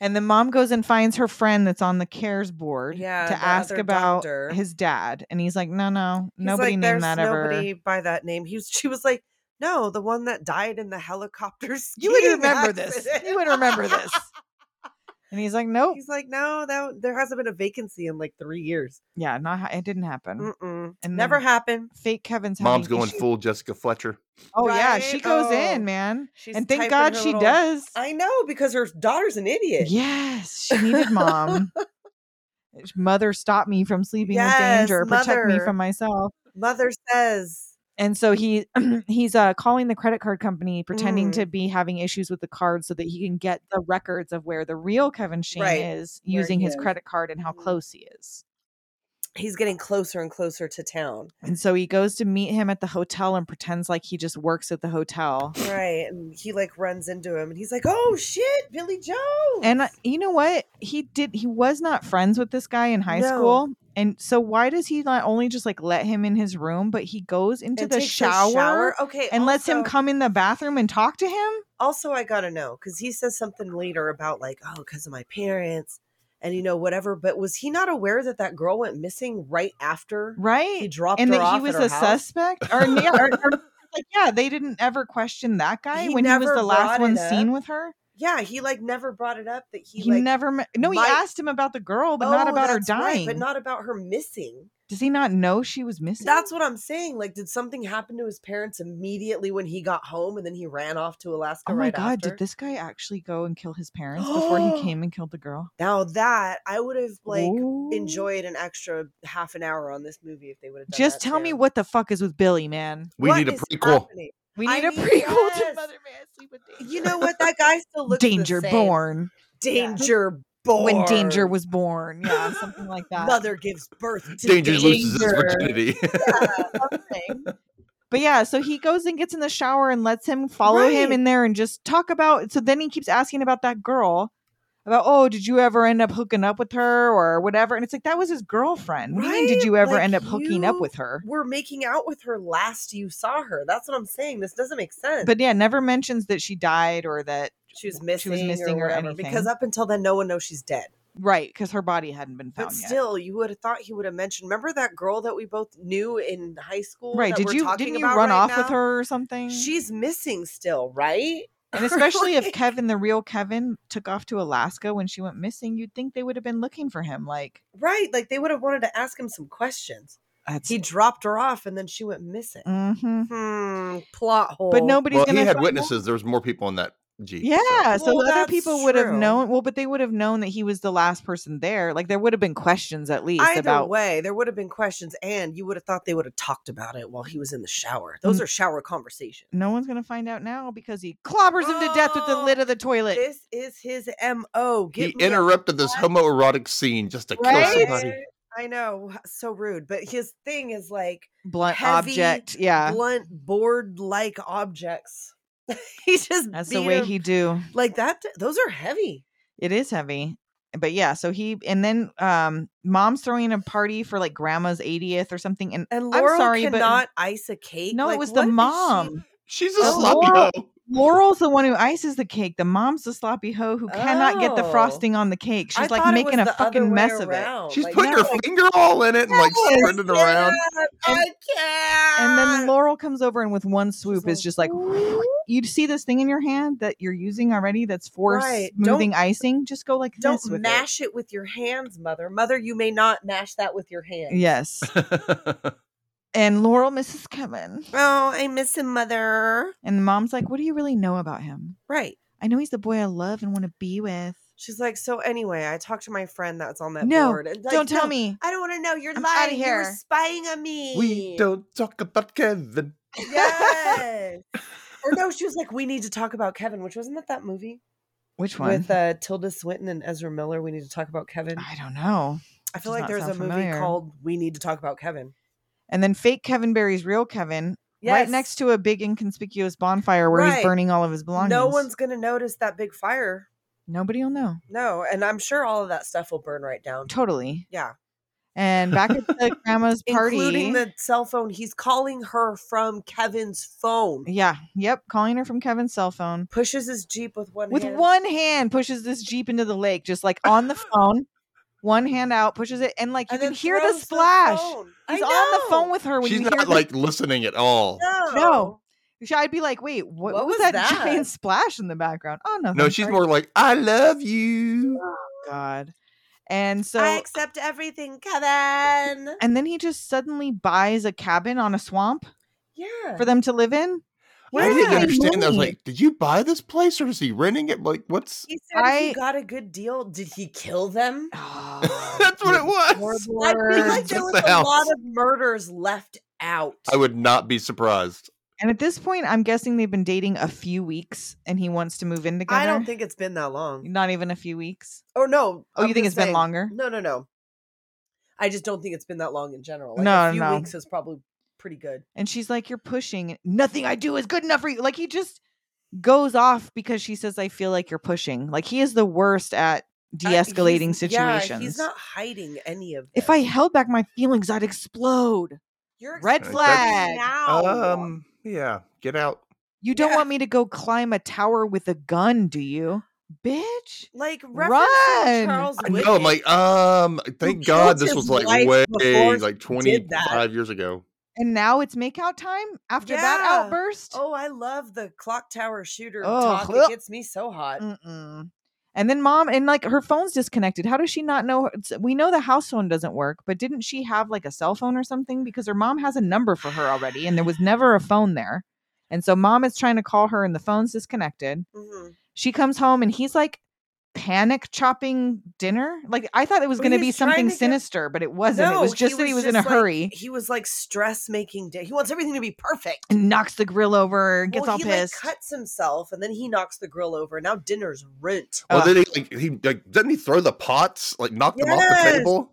And the mom goes and finds her friend that's on the CARES board Yeah, to the ask other about doctor. his dad. And he's like, no, no, He's nobody like, named There's that nobody ever. by that name. He was, she was like, no, the one that died in the helicopter. You would skiing remember this. accident." You would remember this. And he's like, nope. He's like, no, that, there hasn't been a vacancy in like three years. Yeah, not ha- it didn't happen. Mm-mm. And Mm, Never then happened. Fake Kevin's Mom's having going issues- full Jessica Fletcher. Oh yeah, Right? she goes in, Oh. man. She's and thank typing God her she little- does. I know because her daughter's an idiot. Yes, she needed mom. Mother, stop me from sleeping Yes, with danger. Protect me mother. from myself. Mother says, and so he he's uh, calling the credit card company Mm. pretending to be having issues with the card so that he can get the records of where the real kevin shane Right, is where using he his is. credit card and how Mhm. close he is he's getting closer and closer to town. and so he goes to meet him at the hotel and pretends like he just works at the hotel Right. And he like runs into him and he's like, oh shit, Billy Jones. and uh, you know what he did he was not friends with this guy in high No. school and so why does he not only just like let him in his room but he goes into And the takes a shower, Okay. and lets him also- come in the bathroom and talk to him Also, I got to know because he says something later about like, oh, because of my parents and you know, whatever. But was he not aware that that girl went missing right after right he dropped and her that off? he was at her a house? suspect or, yeah, or- or, like yeah they didn't ever question that guy He when he was never the last brought it one up. seen with her Yeah. He like never brought it up that he, he, like, never me- no might- he asked him about the girl but not "Oh, about her that's right, dying but not about her missing. does he not know she was missing That's what I'm saying. Like, did something happen to his parents immediately when he got home, and then he ran off to Alaska? oh my right god after? did this guy actually go and kill his parents before he came and killed the girl Now that I would have like Ooh. enjoyed an extra half an hour on this movie if they would have. Done just that tell me too. what the fuck is with billy man We What need a is prequel. happening? we I need a mean, prequel to yes. mother may i sleep with danger You know what? That guy still looks danger the same. born Danger born. when danger was born yeah something like that mother gives birth to Danger loses his Danger. virginity. something. But yeah, so he goes and gets in the shower and lets him follow him Right. in there and just talk about. So then he keeps asking about that girl, about oh, did you ever end up hooking up with her or whatever? And it's like that was his girlfriend. What do you mean? Did Right? you ever Like, end up hooking up you with her? We're making out with her last you saw her. That's what I'm saying. This doesn't make sense. But yeah, never mentions that she died or that she was she missing. was missing or or, whatever. anything. Because up until then, no one knows she's dead. right because her body hadn't been found But yet. still, you would have thought he would have mentioned. Remember that girl that we both knew in high school? Right? that Did we're you talking didn't you about run right off with now? her or something? She's missing still, right? and especially if Like, Kevin, the real Kevin, took off to Alaska when she went missing, you'd think they would have been looking for him. Like right, like they would have wanted to ask him some questions. that's He dropped her off, and then she went missing. hmm Hmm, plot hole. But nobody's well, gonna. he had find out. witnesses. There was more people in that jeep. so- Yeah, so Well, other that's people would have true. known. Well, but they would have known that he was the last person there. Like there would have been questions at least Either about. way, there would have been questions, and you would have thought they would have talked about it while he was in the shower. Those Mm. are shower conversations. No one's gonna find out now because he clobbers him to death with the Oh, lid of the toilet. This is his mo. He Get me a interrupted this homoerotic scene just to Right? kill somebody. I know, so rude. But his thing is like Blunt heavy object, yeah. blunt, board-like objects. he just That's the beat way him. he do. like that. Those are heavy. It is heavy, but yeah. So he and then um, mom's throwing a party for like grandma's 80th or something, and And I'm Laurel sorry, but- cannot ice a cake. no, Like, it was what the is she- mom. She's a Oh, sloppy Laurel- hoe. Laurel's the one who ices the cake. The mom's the sloppy hoe who cannot get the Oh. frosting on the cake. I She's like thought it was making a the other fucking way mess of it. around. She's Like, putting her no, finger all in it and like Yes, spreading it around. I can't. And then Laurel comes over and with one swoop ah! like, is just like you see this thing in your hand that you're using already that's for Right. smoothing Don't- icing. Just go like Don't this with mash it. with your hands, mother. Mother, you may not mash that with your hands. it. Yes. And Laurel misses Kevin. Oh, I miss him, mother. And the mom's like, What do you really know about him? Right. I know he's the boy I love and want to be with. She's like, so anyway, I talked to my friend that's on that No, board. And like, Don't tell "No, me. I don't want to know. You're I'm outta lying. You were here." spying on me. we don't talk about Kevin. Yes. or no, she was like, we need to talk about Kevin, which wasn't that that movie Which one? with uh, Tilda Swinton and Ezra Miller. We need to talk about Kevin. I don't know. I feel like does not there's a sound movie familiar. called We Need to Talk About Kevin. And then fake Kevin buries real Kevin right Yes. next to a big inconspicuous bonfire where Right. he's burning all of his belongings. No one's gonna notice that big fire. nobody will know. No, and I'm sure all of that stuff will burn right down. Totally. Yeah. And back at the grandma's party. Including the cell phone. He's calling her from Kevin's phone. yeah. Yep. Calling her from Kevin's cell phone. Pushes his Jeep with one With hand. one hand, pushes this Jeep into the lake, just like on the phone. One hand out, pushes it, and like you and can then hear the throws splash. phone. I He's on the phone know. with her when She's you hear not the- like listening at all. No. No. I'd be like, wait, what, What was, was that, giant that? splash in the background? Oh no, No, she's more like, I love you. God. And so I accept everything, Kevin. and then he just suddenly buys a cabin on a swamp Yeah. for them to live in. Where I did didn't they understand. I was meet? like, did you buy this place or is he renting it? Like, what's he said I- he got a good deal. Did he kill them? Oh, that's what it you was. horrible I feel like words. there was Just the a lot house. of murders left out. I would not be surprised. And at this point, I'm guessing they've been dating a few weeks and he wants to move in together. I don't think it's been that long. not even a few weeks. Or no. Oh, you think it's it's been longer? No, no, no. I just don't think it's been that long in general. Like No, a few no. weeks is probably pretty good. And she's like, You're pushing. Nothing I do is good enough for you. Like he just goes off because she says, I feel like you're pushing. Like he is the worst at de I- Uh, he's- escalating situations. Yeah, he's not hiding any of this. if I held back my feelings, I'd explode. You're red explaining flag. now. Um, yeah, get out. You don't Yeah. want me to go climb a tower with a gun, do you? Bitch. like referencing Run. Charles I Whitman. know. I'm like, um, killed thank God this his was like wife way before like he did that. 25 years ago. And now it's makeout time after that Yeah. outburst. Oh, I love the clock tower shooter Oh, Mm, talk. ugh. It gets me so hot. Mm-mm. And then mom and like her phone's disconnected. How does she not know? it's- We know the house phone doesn't work, but didn't she have like a cell phone or something? Because her mom has a number for her already, and there was never a phone there. And so mom is trying to call her, and the phone's disconnected. Mhm. She comes home, and he's like panic chopping dinner. Like I thought it was Well, going to be he's trying something to get- sinister, but it wasn't. it was just that he was in a just, like- hurry He was like stress making day. He wants everything to be perfect. and knocks the grill over, gets well, all he pissed. like cuts himself and then he knocks the grill over. Now dinner's rent. Well, Ugh. then he like he like doesn't he throw the pots like knock them off the Yes. table?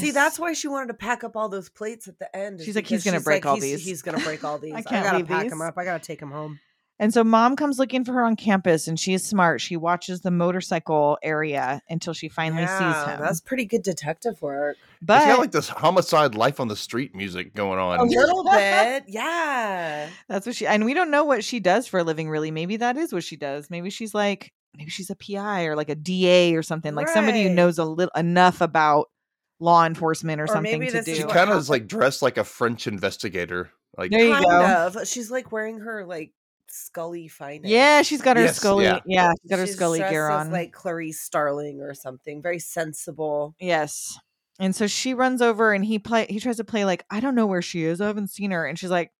See, that's why she wanted to pack up all those plates at the end. is She's like, he's because gonna break all he's, these. He's gonna break all these. I, can't gotta leave pack these." him up. I gotta take him home. And so mom comes looking for her on campus and she is smart. She watches the motorcycle area until she finally sees him. that's pretty good detective work. It's got but Oh, like this homicide life on the street music going A on. little bit, yeah. that's what she and we don't know what she does for a living really. Maybe that is what she does. Maybe she's like maybe she's a PI or like a DA or something. Like somebody who Right. knows a little enough about law enforcement or, Or something maybe to this is do. She what kind of is like dressed like a French investigator. Like there you kind go. of. She's like wearing her like Scully finest. Yeah, she's got her Yes, Scully. yeah. Yeah. she's got her She's Scully dressed gear as, on. like Clarice Starling or something. Very sensible. Yes. And so she runs over and he play he tries to play like, I don't know where she is. I haven't seen her. And she's like,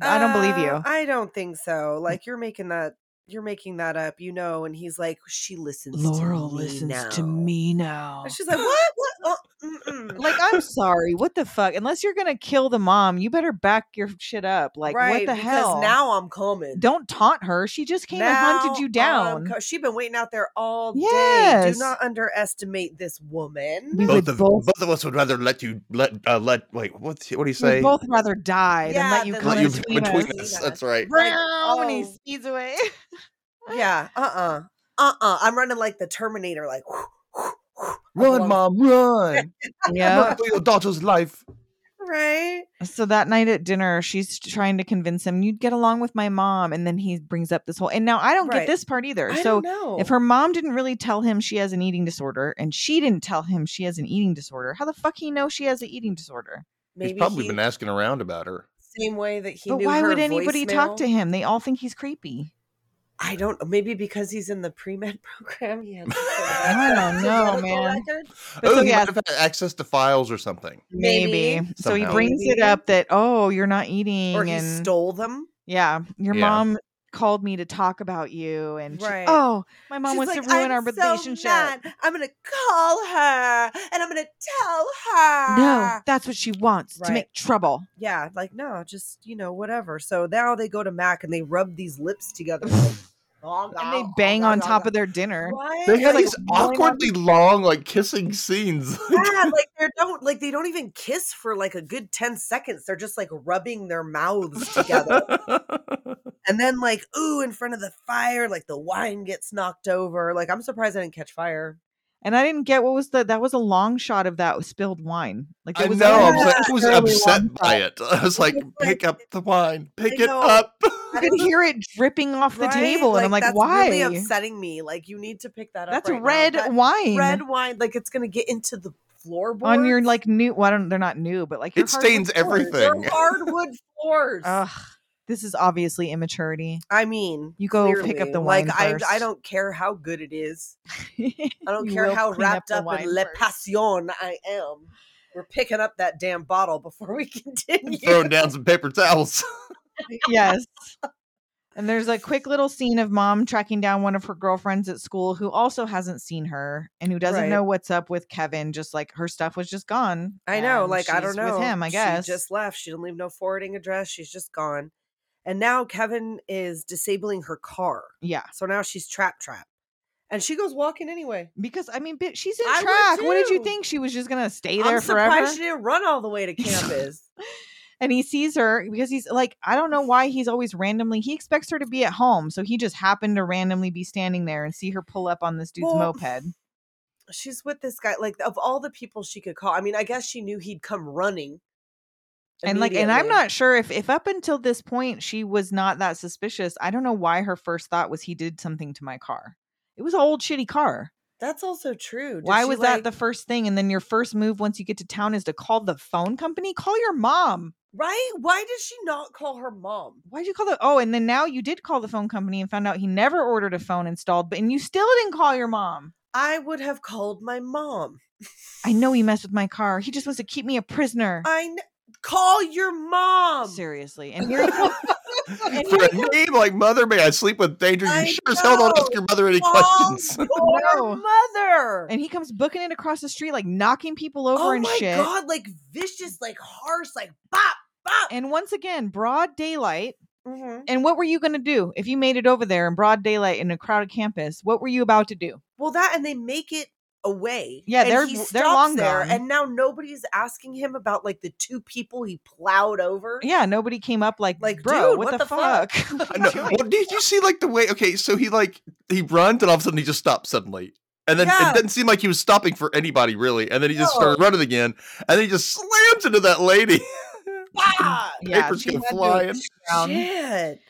I don't believe Uh, you. I don't think so. Like you're making that you're making that up, you know. And he's like, she listens. to me now." now. And she's like, what? What? Oh, mm-mm." Like, I'm sorry, what the fuck? Unless you're gonna kill the mom, you better back your shit up. Like, right, what the because hell? Now I'm coming. don't taunt her. She just came and hunted Now you I'm down. co- She's been waiting out there all day. Yes. Do not underestimate this woman. We both would of both- both of us would rather let you let uh, let like what's he- what do you We would say? both rather die than Yeah, let you than come let let you us be between, between us. between us. us. That's right. Like, Brown, and he oh. speeds away. Yeah. Uh. Uh-uh. uh. I'm running like the Terminator. Like. Run, mom, run! yeah. Run for your daughter's life. right. So that night at dinner, she's trying to convince him, you'd get along with my mom. And then he brings up this whole, and now I don't Right. get this part either. I so don't know. if her mom didn't really tell him she has an eating disorder and she didn't tell him she has an eating disorder, how the fuck he know she has an eating disorder? Maybe He's probably he- been asking around about her. same way that he. but knew why her would anybody talk to voicemail. him? They all think he's creepy. I don't. Maybe because he's in the pre med program. He had some sort of access to medical I don't know, man. record. But oh, so he yeah. might have had access to files or something. Maybe. Maybe. So he Somehow. brings it Maybe. up that, oh, you're not eating. Or he and stole them. yeah, your Yeah. mom called me to talk about you. And she- Right. oh, my mom She's wants like, to ruin "I'm our so relationship. mad. I'm gonna call her and I'm gonna tell her. No, that's what she wants Right. to make trouble. Yeah, like no, just you know whatever. So now they go to Mac and they rub these lips together. like, "Oh, And they bang on top of their dinner. What? They had like, these what's going on? awkwardly long, like kissing scenes. Yeah, like they don't like they don't even kiss for like a good ten seconds. They're just like rubbing their mouths together, and then like ooh, in front of the fire, like the wine gets knocked over. Like I'm surprised I didn't catch fire. And I didn't get what was the that was a long shot of that spilled wine. Like I that was know. a- I'm Yeah. like- I was Really upset long by it. I was like, It's like- pick up the wine, pick it know. up. I could hear it dripping off the Right? table, and I'm like, that's why? really upsetting me. Like you need to pick that up. that's right now. red That wine red wine. Like it's gonna get into the floorboard on your like new. Well, I don't, they're not new, but like your It hardwood stains floors. everything. hardwood floors. Ugh, this is obviously immaturity. I mean, You go pick up clearly, the wine Like I, I first. don't care how good it is. I I don't care how wrapped up in Le Passion I am. We're picking up that damn bottle before we continue. Throwing down some paper towels. yes. And there's a quick little scene of mom tracking down one of her girlfriends at school who also hasn't seen her and who doesn't Right. know what's up with Kevin. Just like her stuff was just gone. I know, and like I she's don't know. with him. I guess she just left. She didn't leave no forwarding address. She's just gone. And now Kevin is disabling her car, yeah, so now she's trap trap, and she goes walking anyway. because I mean, bit, she's in I would track. What did you too. think she was just gonna stay there I'm forever? surprised she didn't run all the way to campus. and he sees her because he's like, I don't know why he's always randomly. He expects her to be at home, so he just happened to randomly be standing there and see her pull up on this dude's Well, moped. she's with this guy like of all the people she could call i mean i guess she knew he'd come running and like and i'm immediately. not sure if if up until this point she was not that suspicious i don't know why her first thought was he did something to my car it was an old shitty car that's also true Did why she, was like- that the first thing and then your first move once you get to town is to call the phone company call your mom right why did she not call her mom why'd you call the oh and then now you did call the phone company and found out he never ordered a phone installed but and you still didn't call your mom i would have called my mom i know he messed with my car he just wants to keep me a prisoner i kn- call your mom seriously and here he comes For a name like Mother, may I sleep with danger? You I sure as hell don't know. ask your mother any Call questions. your No. mother and he comes booking it across the street like knocking people over oh and my shit god like vicious like harsh like bop bop and once again broad daylight Mhm. and what were you going to do if you made it over there in broad daylight in a crowded campus what were you about to do well that and they make it away Yeah, and they're- he they're stops long there gone. and now nobody's asking him about like the two people he plowed over yeah nobody came up like Like, like bro dude, what, what the, the fuck, fuck?" What I are know. you doing? Well, did you see like the way? Okay, so he like he runs and all of a sudden he just stops suddenly, and then Yeah. it doesn't seem like he was stopping for anybody really, and then he just No. started running again, and then he just slams into that lady. Ah! yeah Papers she came had to flying. drown. Shit.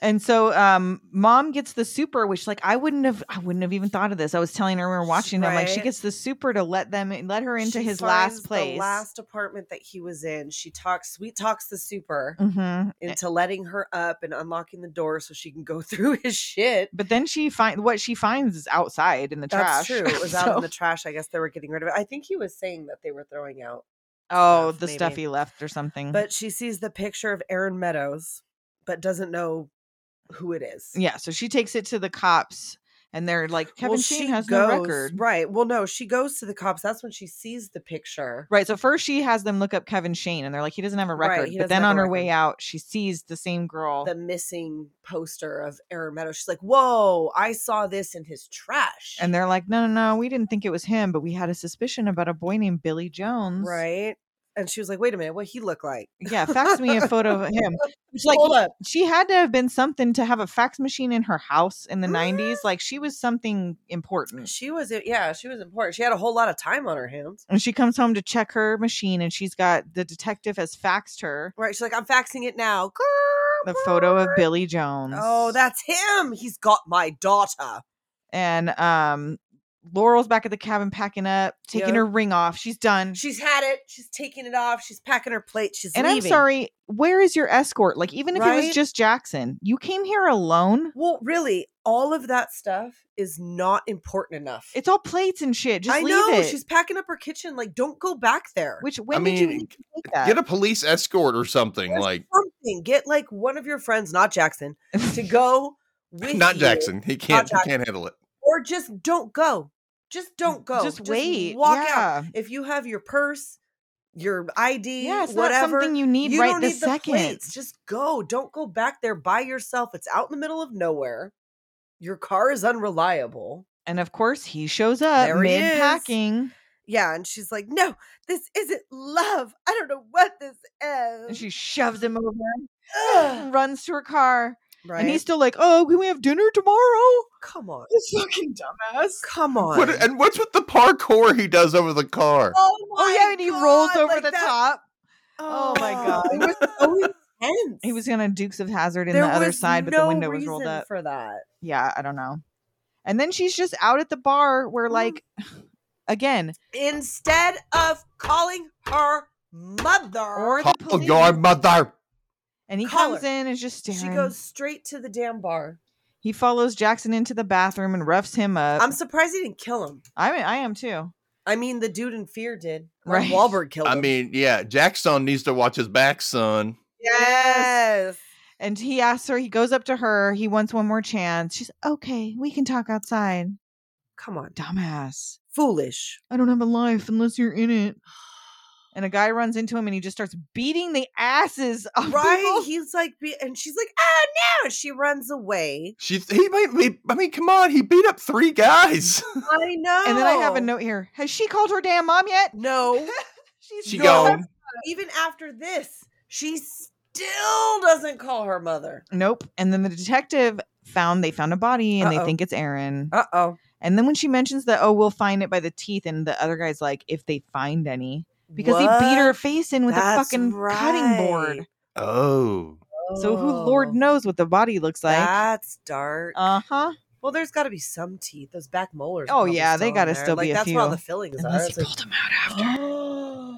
and so um mom gets the super which like i wouldn't have i wouldn't have even thought of this i was telling her we were watching them like she Right. gets the super to let them let her into She his finds last the place last apartment that he was in. She talks, sweet talks the super Mhm. into letting her up and unlocking the door so she can go through his shit. but then she find what she finds is outside in the That's trash true. It was out So- in the trash. I guess they were getting rid of it. I think he was saying that they were throwing out. oh stuff, the stuff maybe. he left or something But she sees the picture of Aaron Meadows, but doesn't know who it is. Yeah, so she takes it to the cops, and they're like, Well, Kevin Shane she has goes, no record. Right. Well, no, she goes to the cops. That's when she sees the picture. Right. So first she has them look up Kevin Shane, and they're like, he doesn't have a Right, record. he but doesn't then have on a her way out, she sees the same girl. the missing poster of Aaron Meadows. She's like, "Whoa, I saw this in his trash." and they're like, no, no, no, we didn't think it was him, but we had a suspicion about a boy named Billy Jones. right, and she was like, "Wait a minute, what he look like?" Yeah, fax me a photo of him. It's like Hold up, she had to have been something to have a fax machine in her house in the 90s. Like she was something important. she was yeah, she was important. She had a whole lot of time on her hands. And she comes home to check her machine and she's got the detective has faxed her Right? She's like, "I'm faxing it now." the photo of Billy Jones. Oh, that's him. He's got my daughter. and um Laurel's back at the cabin packing up, taking Yep. her ring off. She's done. She's had it. She's taking it off. She's packing her plate. She's and I'm leaving. sorry, where is your escort? Like even if it was Right? just Jackson, you came here alone. Well, really, all of that stuff is not important enough. It's all plates and shit. Just I leave know it. she's packing up her kitchen. Like, don't go back there. Which when I did you mean, need to take that? Get a police escort or something. There's like something. Get like one of your friends, not Jackson, to go with not you, Jackson. He can't. Jackson. He can't handle it. or just don't go. Just don't go. Just wait. Walk out. yeah. If you have your purse, your ID, Yeah, it's whatever. not something you need you right don't this need second. The plates. Just go. Don't go back there by yourself. It's out in the middle of nowhere. Your car is unreliable. And of course, he shows up There he is. mid packing. Yeah, and she's like, "No, this isn't love. I don't know what this And is." she shoves him over Ugh. and runs to her car. right? And he's still like, Oh, can we have dinner tomorrow? come on, This fucking dumbass. come on. What, and what's with the parkour he does over the car? oh, oh, yeah. my And he rolls God, over like the that- top. Oh, my God. it was so intense. He was going to Dukes of Hazard in There the other was side, but the no window was rolled reason up. for that. Yeah, I don't know. And then she's just out at the bar where, Mm. like, again, Instead of calling her mother, or the Call police. your mother. and he Call comes her. in and is just staring. she goes straight to the damn bar. He follows Jackson into the bathroom and roughs him up. I'm surprised he didn't kill him. I mean, I am too. I mean, the dude in Fear did. Right. Right. Wahlberg killed I him. mean, yeah, Jackson needs to watch his back, son. yes. And he asks her, he goes up to her, he wants one more chance. She's okay, we can talk outside. Come on. Dumbass. Foolish. I don't have a life unless you're in it. And a guy runs into him and he just starts beating the asses of Right? people. He's like, be- and she's like, oh no. And she runs away. She, he might be. I mean, come on, he beat up three guys. I know. And then I have a note here. Has she called her damn mom yet? No. She's She No. gone. Even after this, she still doesn't call her mother. Nope. And then the detective found they found a body and they Uh-oh. think it's Aaron. Uh oh. And then when she mentions that, oh, we'll find it by the teeth, and the other guy's like, if they find any. Because he beat her face in with a That's fucking cutting board. right. Oh, So who Lord knows what the body looks like? Oh, That's dark. Uh huh. well, there's got to be some teeth. Those back molars. are Oh, probably yeah, they in gotta there. still like, be a that's where all few. the fillings Unless are. he It's like, pulled him out after.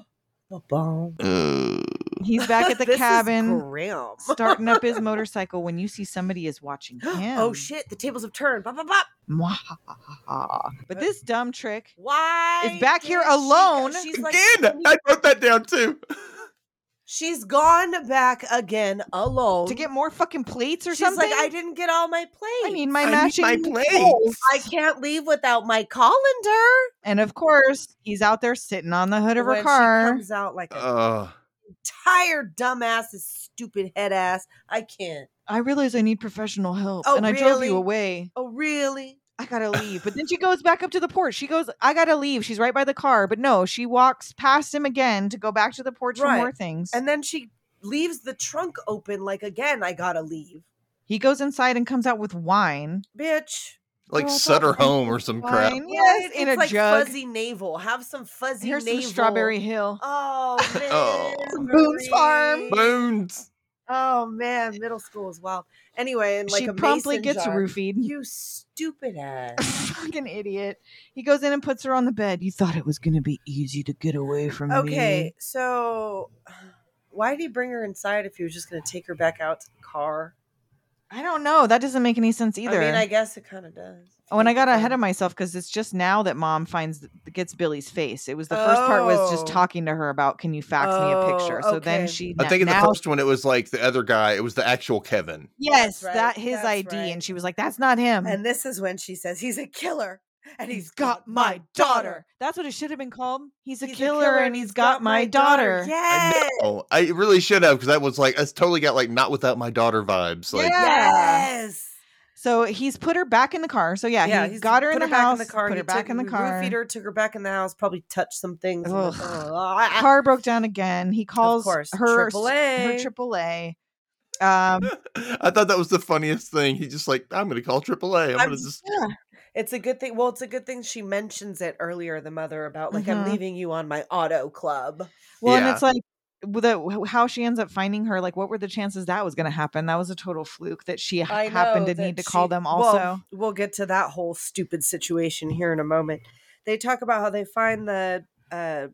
Ba-bum. uh, He's back at the This is cabin, grim. starting up his motorcycle when you see somebody is watching him. Oh shit! The tables have turned. Bop, bop, bop. Mwahahaha. Uh, But this dumb trick. Why back here did she go- alone. She's like, again. I wrote that down too. she's gone back again alone To get more fucking plates or oh. She's something? like, I didn't get all my plates. I need my I need matching my plates. bowls. I can't leave without my colander. And of course, he's out there sitting on the hood of her When she car. comes out like a Uh, tired dumbass, this stupid head ass. I can't. I realize I need professional help, Oh, and I drove you really? away. Oh really? I gotta leave. But then she goes back up to the porch. She goes, I gotta leave. She's right by the car, but no, she walks past him again to go back to the porch for Right. more things. And And then she leaves the trunk open. Like again, I gotta leave, he goes inside and comes out with wine. bitch. like Girl, Sutter don't drink Home or some crap. Wine, yes, Right? in it's a like jug. Fuzzy navel. Have some fuzzy Here's navel. some Strawberry Hill. Oh, man. Oh. Boone's Farm. Marie. Bones. Oh man, middle school is wild. Anyway, and like she a promptly mason gets jar. roofied. You stupid ass. Fucking idiot. He goes in and puts her on the bed. You thought it was gonna be easy to get away from me. okay, so why did he bring her inside if he was just going to take her back out to the car? I don't know. That doesn't make any sense either. I mean, I guess it kind of does. Oh, and I got ahead of myself because it's just now that mom finds th- gets Billy's face. It was the first part was just Oh. talking to her about can you fax me a picture. Oh, So then okay. she I na- think in the now- first one it was like the other guy. It was the actual Kevin. yes, That's right, that his that's ID, and right. she was like, "That's not him." And this is when she says he's a killer and he's got my daughter. That's what it should have been called. He's a, He's killer, and he's got, my daughter. Yes. I know. Oh, I really should have because that was like I totally got like not without my daughter vibes. Like Yeah. Yes. So he's put her back in the car. So yeah, he he's got her in put the back house, in the car. put he her back took- in the roofied car. her, took her back in the house, probably touched some things. and Ugh. went, "Ugh." Car broke down again. He calls of course, her s- her AAA. AAA. Um, I thought that was the funniest thing. He just like, I'm gonna call AAA. I'm, I'm- gonna just It's a good thing. Well, it's a good thing she mentions it earlier. The mother about like Mhm. I'm leaving you on my auto club. well, and Yeah. it's like with the, how she ends up finding her. Like, what were the chances that was going to happen? That was a total fluke that she I happened know to that need to call she- them. well, Also, we'll get to that whole stupid situation here in a moment. They talk about how they find the, uh,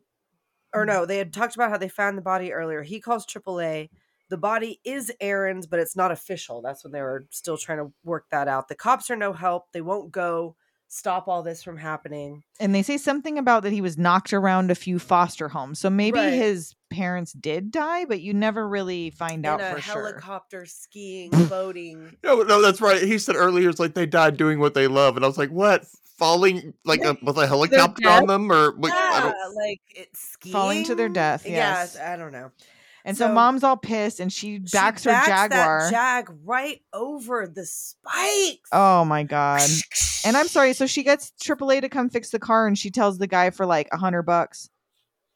or Mm. no, they had talked about how they found the body earlier. He calls AAA. The body is Aaron's, but it's not official. That's when they were still trying to work that out. The cops are no help. They won't go stop all this from happening. and they say something about that he was knocked around a few foster homes. So maybe Right. his parents did die, but you never really find out in a for sure. helicopter, skiing, boating. No, no, that's right. He said earlier it's like they died doing what they love, and I was like, what? Falling like a, with a helicopter on dead? them, or what? I don't. Yeah, like it's skiing. Falling to their death, Yeah, yes. I don't know. And so, So- mom's all pissed and she She backs her backs that Jaguar. jag right over the spikes. oh my God. And I'm sorry. So she gets AAA to come fix the car and she tells the guy for like a hundred bucks.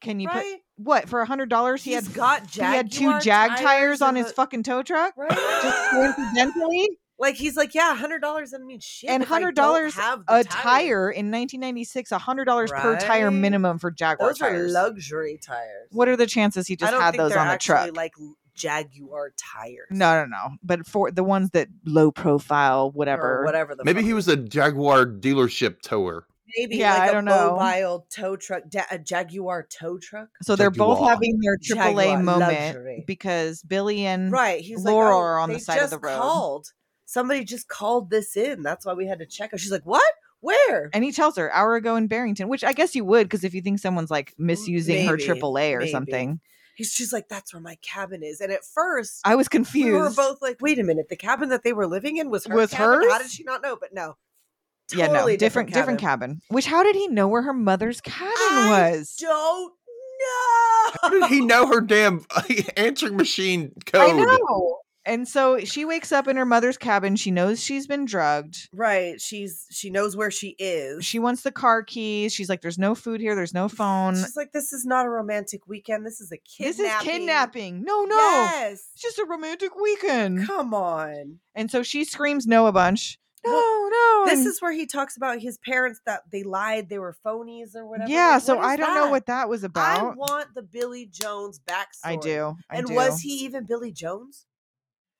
Can you put right? what for a hundred dollars? He He's had got he jaguar had two jag tires, on and his a- fucking tow truck. right? Coincidentally, like he's like, yeah, hundred dollars doesn't mean shit. And if I don't $100 have the a tires." tire in 1996, a hundred dollars per tire Right? minimum for Jaguar Those are tires. luxury tires. what are the chances he I just don't had think those they're on the actually, truck? Like Jaguar tires. no, no, no. But for the ones that low profile, whatever, Or whatever the Maybe fuck. he was a Jaguar dealership tower. maybe Yeah, like I a don't know. mobile tow truck, da- a Jaguar tow truck. So they're both Jaguar. having their AAA Jaguar, moment luxury. because Billy and Right. He's Laura like, "Oh, are Mm, on the they side of the just road." Called. Somebody just called this in. That's why we had to check. her. She's like, what? Where? and he tells her hour ago in Barrington, which I guess you would because if you think someone's like misusing maybe, her AAA or maybe. something, He's, she's like, that's where my cabin is. And at first, I was we confused. were both like, wait a minute. The cabin that they were living in was her Was cabin? How hers? did she not know? But no. yeah, no, Totally different, different cabin. Which how did he know where her mother's cabin I was? Don't How know. did he know her damn answering machine code? I know. And so she wakes up in her mother's cabin. She knows she's been drugged. Right. She's she knows where she is. She wants the car keys. She's like, "There's no food here. There's no phone. She's like, this is not a romantic weekend. This is a This kidnapping. is kidnapping. No, no, Yes. it's just a romantic weekend." Come on. And so she screams no a bunch. No, Well, no. This and- is where he talks about his parents that they lied, they were phonies or whatever. yeah. Like, So what is I don't know that? what that was I about. want the Billy Jones backstory. I do. I and do. was he even Billy Jones?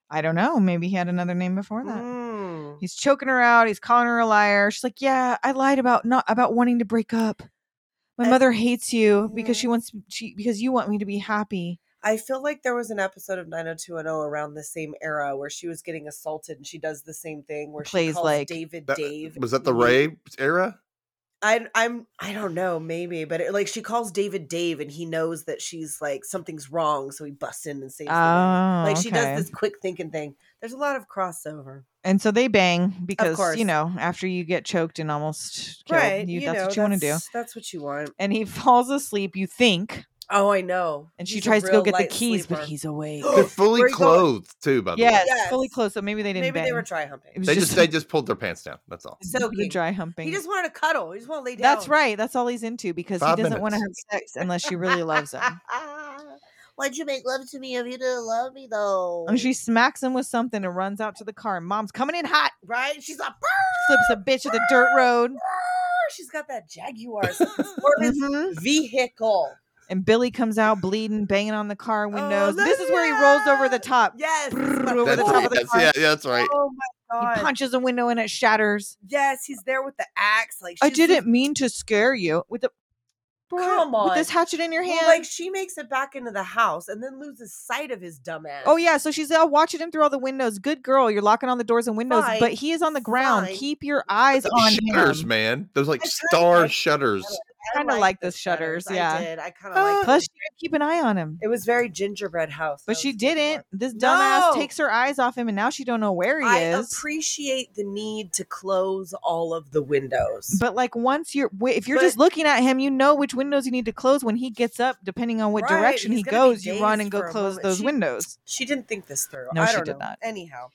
I don't know. Maybe he had another name before that. Mm. He's choking her out. He's calling her a liar. She's like, "Yeah, I lied about not about wanting to break up. My I- mother hates you because she Mhm. wants she because you want me to be happy." I feel like there was an episode of 90210 around the same era where she was getting assaulted and she does the same thing where Plays she calls like- David That- Dave. Was that the Nate- Ray era? I I'm I don't know, maybe, but it, like she calls David Dave and he knows that she's like something's wrong, so he busts in and saves the day. Oh, Like she okay. does this quick thinking thing. There's a lot of crossover. And so they bang because course. you know after you get choked and almost killed, you, that's know, what you want to do. that's- That's what you want. And he falls asleep. You think, Oh, I know. and she He's a tries to go real get the light keys, but sleeper. he's awake. They're fully Where you going? clothed too, by the way. yes, Yes. fully closed. So maybe they didn't. Maybe bang. they were dry humping. It was They just, just they just pulled their pants down. That's all. the Soaking. dry humping. He just wanted to cuddle. He just wanted to lay down. That's right. That's all he's into because Five he doesn't want to have minutes. sex unless she really loves him. Why'd you make love to me if you didn't love me though? And she smacks him with something and runs out to the car. And mom's coming in hot, right? She's like, flips a bitch at the dirt road. "Brrr." she's got that Jaguar as a performance Mhm. vehicle. And Billy comes out bleeding, banging on the Oh, car windows. let this is me where he rolls over the out. top. Yes. Brrr, over That's the top right. of the That's, car. yeah, yeah, that's right. Oh my He god. punches a window and it shatters. Yes, he's there with the axe. Like I she's just- didn't mean to scare you with the Come with this on. hatchet in your hand. Well, like she makes it back into the house and then loses sight of his dumbass. Oh yeah, so she's uh, watching him through all the windows. Good girl, you're locking on the doors and windows, Fine, but he is on the ground. fine. Keep your eyes Those on shutters, him. man. Those like I kinda star like- shutters. I kinda like the shutters, yeah. I did. I kind of like. Plus, she didn't keep an eye on him. It was very gingerbread house. But that she was good for didn't. it. This dumbass No. takes her eyes off him, and now she don't know where he I is. appreciate the need to close all of the windows. But like once you're, wi- if you're just But- looking at him, you know which windows you need to close. When he gets up, depending on what Right, direction he he's gonna be goes, you run dazed and go for a close moment. those She- windows. she didn't think this through. No, I she don't did know. not. Anyhow,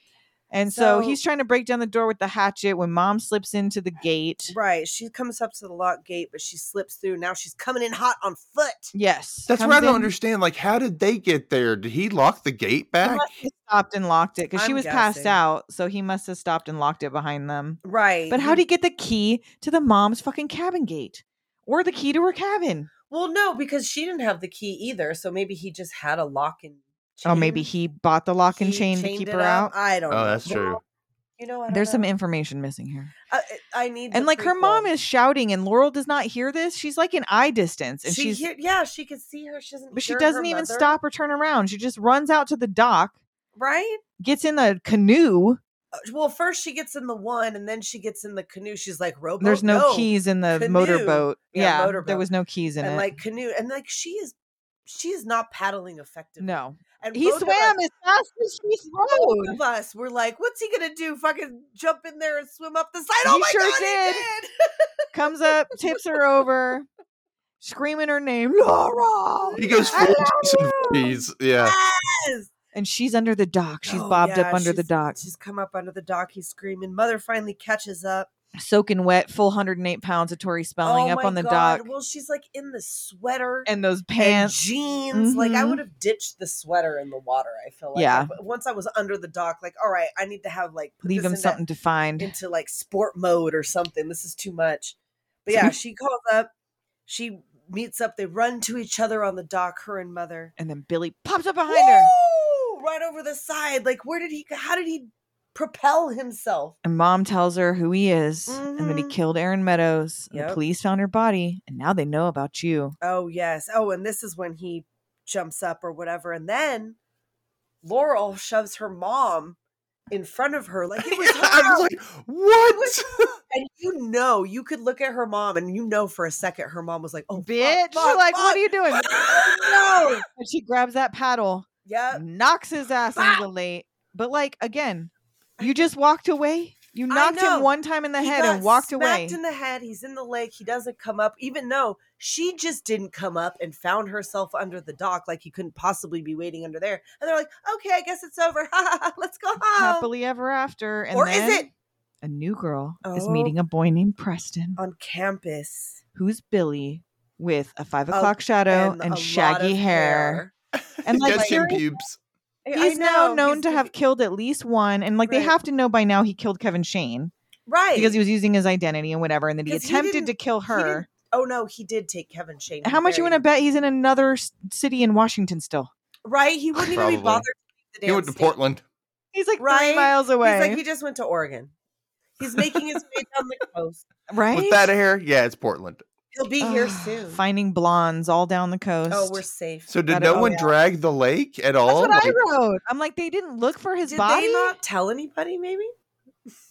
And so, So- he's trying to break down the door with the hatchet when mom slips into the gate. Right. She comes up to the lock gate, but she slips through. Now she's coming in hot on foot. Yes. That's comes what I don't in, understand. Like, how did they get there? Did he lock the gate back? must have stopped and locked it because she I'm was passed guessing. out. So he must have stopped and locked it behind them. Right. But how do you get the key to the mom's fucking cabin gate or the key to her cabin? Well, no, because she didn't have the key either. So maybe he just had a lock and. Oh, maybe he bought the lock and chain to chained keep it her up. out. I don't. Oh, know. that's true. You know, I don't There's some know. information missing here. I, I I need. And the like her mom prequel. is shouting, and Laurel does not hear this. She's like in eye distance, and she she's hear- yeah, she could see her. She doesn't. but she hear her doesn't even mother, stop or turn around. She just runs out to the dock, Right. gets in a canoe. Uh, Well, first she gets in the one, and then she gets in the canoe. She's like rowboat. There's no go," keys in the Oh, Canoe. motorboat. Yeah, Yeah, there motorboat. was no keys in and it. like canoe, and like she is, she is not paddling effectively. no, and he both of us- swam as fast as she both rode. of us were like, "What's he gonna do? Fucking jump in there and swim up the side?" Oh He my sure god, did. he did! Comes up, tips her over, screaming her name, Laurel. He goes I full love Jason you. Voorhees. Yeah. Yes! and she's under the dock. She's Oh, bobbed yeah, up under the she's- dock, She's come up under the dock. He's screaming. Mother finally catches up. soaking wet, full 108 pounds of Tori Spelling Oh up my on the God. dock, Well, she's like in the sweater and those and pants. jeans. Like I Mhm. would have ditched the sweater in the water. I feel like Yeah. But once I was under the dock, like all right, I need to have like put Leave this him into- something to find. into like sport mode or something. This is too much. But yeah, she calls up. She meets up. They run to each other on the dock. Her and mother. and then Billy pops up behind her. Woo! Right over the side. Like where did he? How did he propel himself? And mom tells her who he is and that he Mhm. killed Aaron Meadows. and Yep. The police found her body and now they know about you. Oh yes. Oh, and this is when he jumps up or whatever, and then Laurel shoves her mom in front of her like it was her I house. was like, what? and you know you could look at her mom and you know for a second her mom was like oh Bitch, fuck, like, fuck. what are you doing? no And she grabs that paddle, yeah knocks his ass into the lake. But like again, you just walked away. You I knocked know. him one time in the He head and got walked smacked away. in the head he's in the lake he doesn't come up even though she just didn't come up and found herself under the dock like he couldn't possibly be waiting under there and they're like okay i guess it's over let's go home Happily ever after. And or then is it a new girl is Oh. meeting a boy named Preston, on campus who's Billy with a five o'clock shadow and, a lot shaggy of hair. And like Just him seriously, pubes. I- I he's now know, known he's to have giving- killed at least one, and like they Right. have to know by now he killed Kevin Shane right because he was using his identity and whatever, and that he 'Cause he attempted to didn't- kill he didn't- her. oh no he did take kevin shane How much you want to bet he's in another s- city in Washington still? right he wouldn't even Probably. be bothered to leave the He went damn to state. Portland. He's like Right? three miles away, He's like, he just went to Oregon. He's making his way down the coast. right? With that hair, yeah, it's Portland. He'll be here Ugh, soon. Finding blondes all down the coast. Oh, we're safe. So Got did it. no Oh, one yeah. drag the lake at all? That's what I Like, wrote. I'm like, they didn't look for his Did body, they not tell anybody? Maybe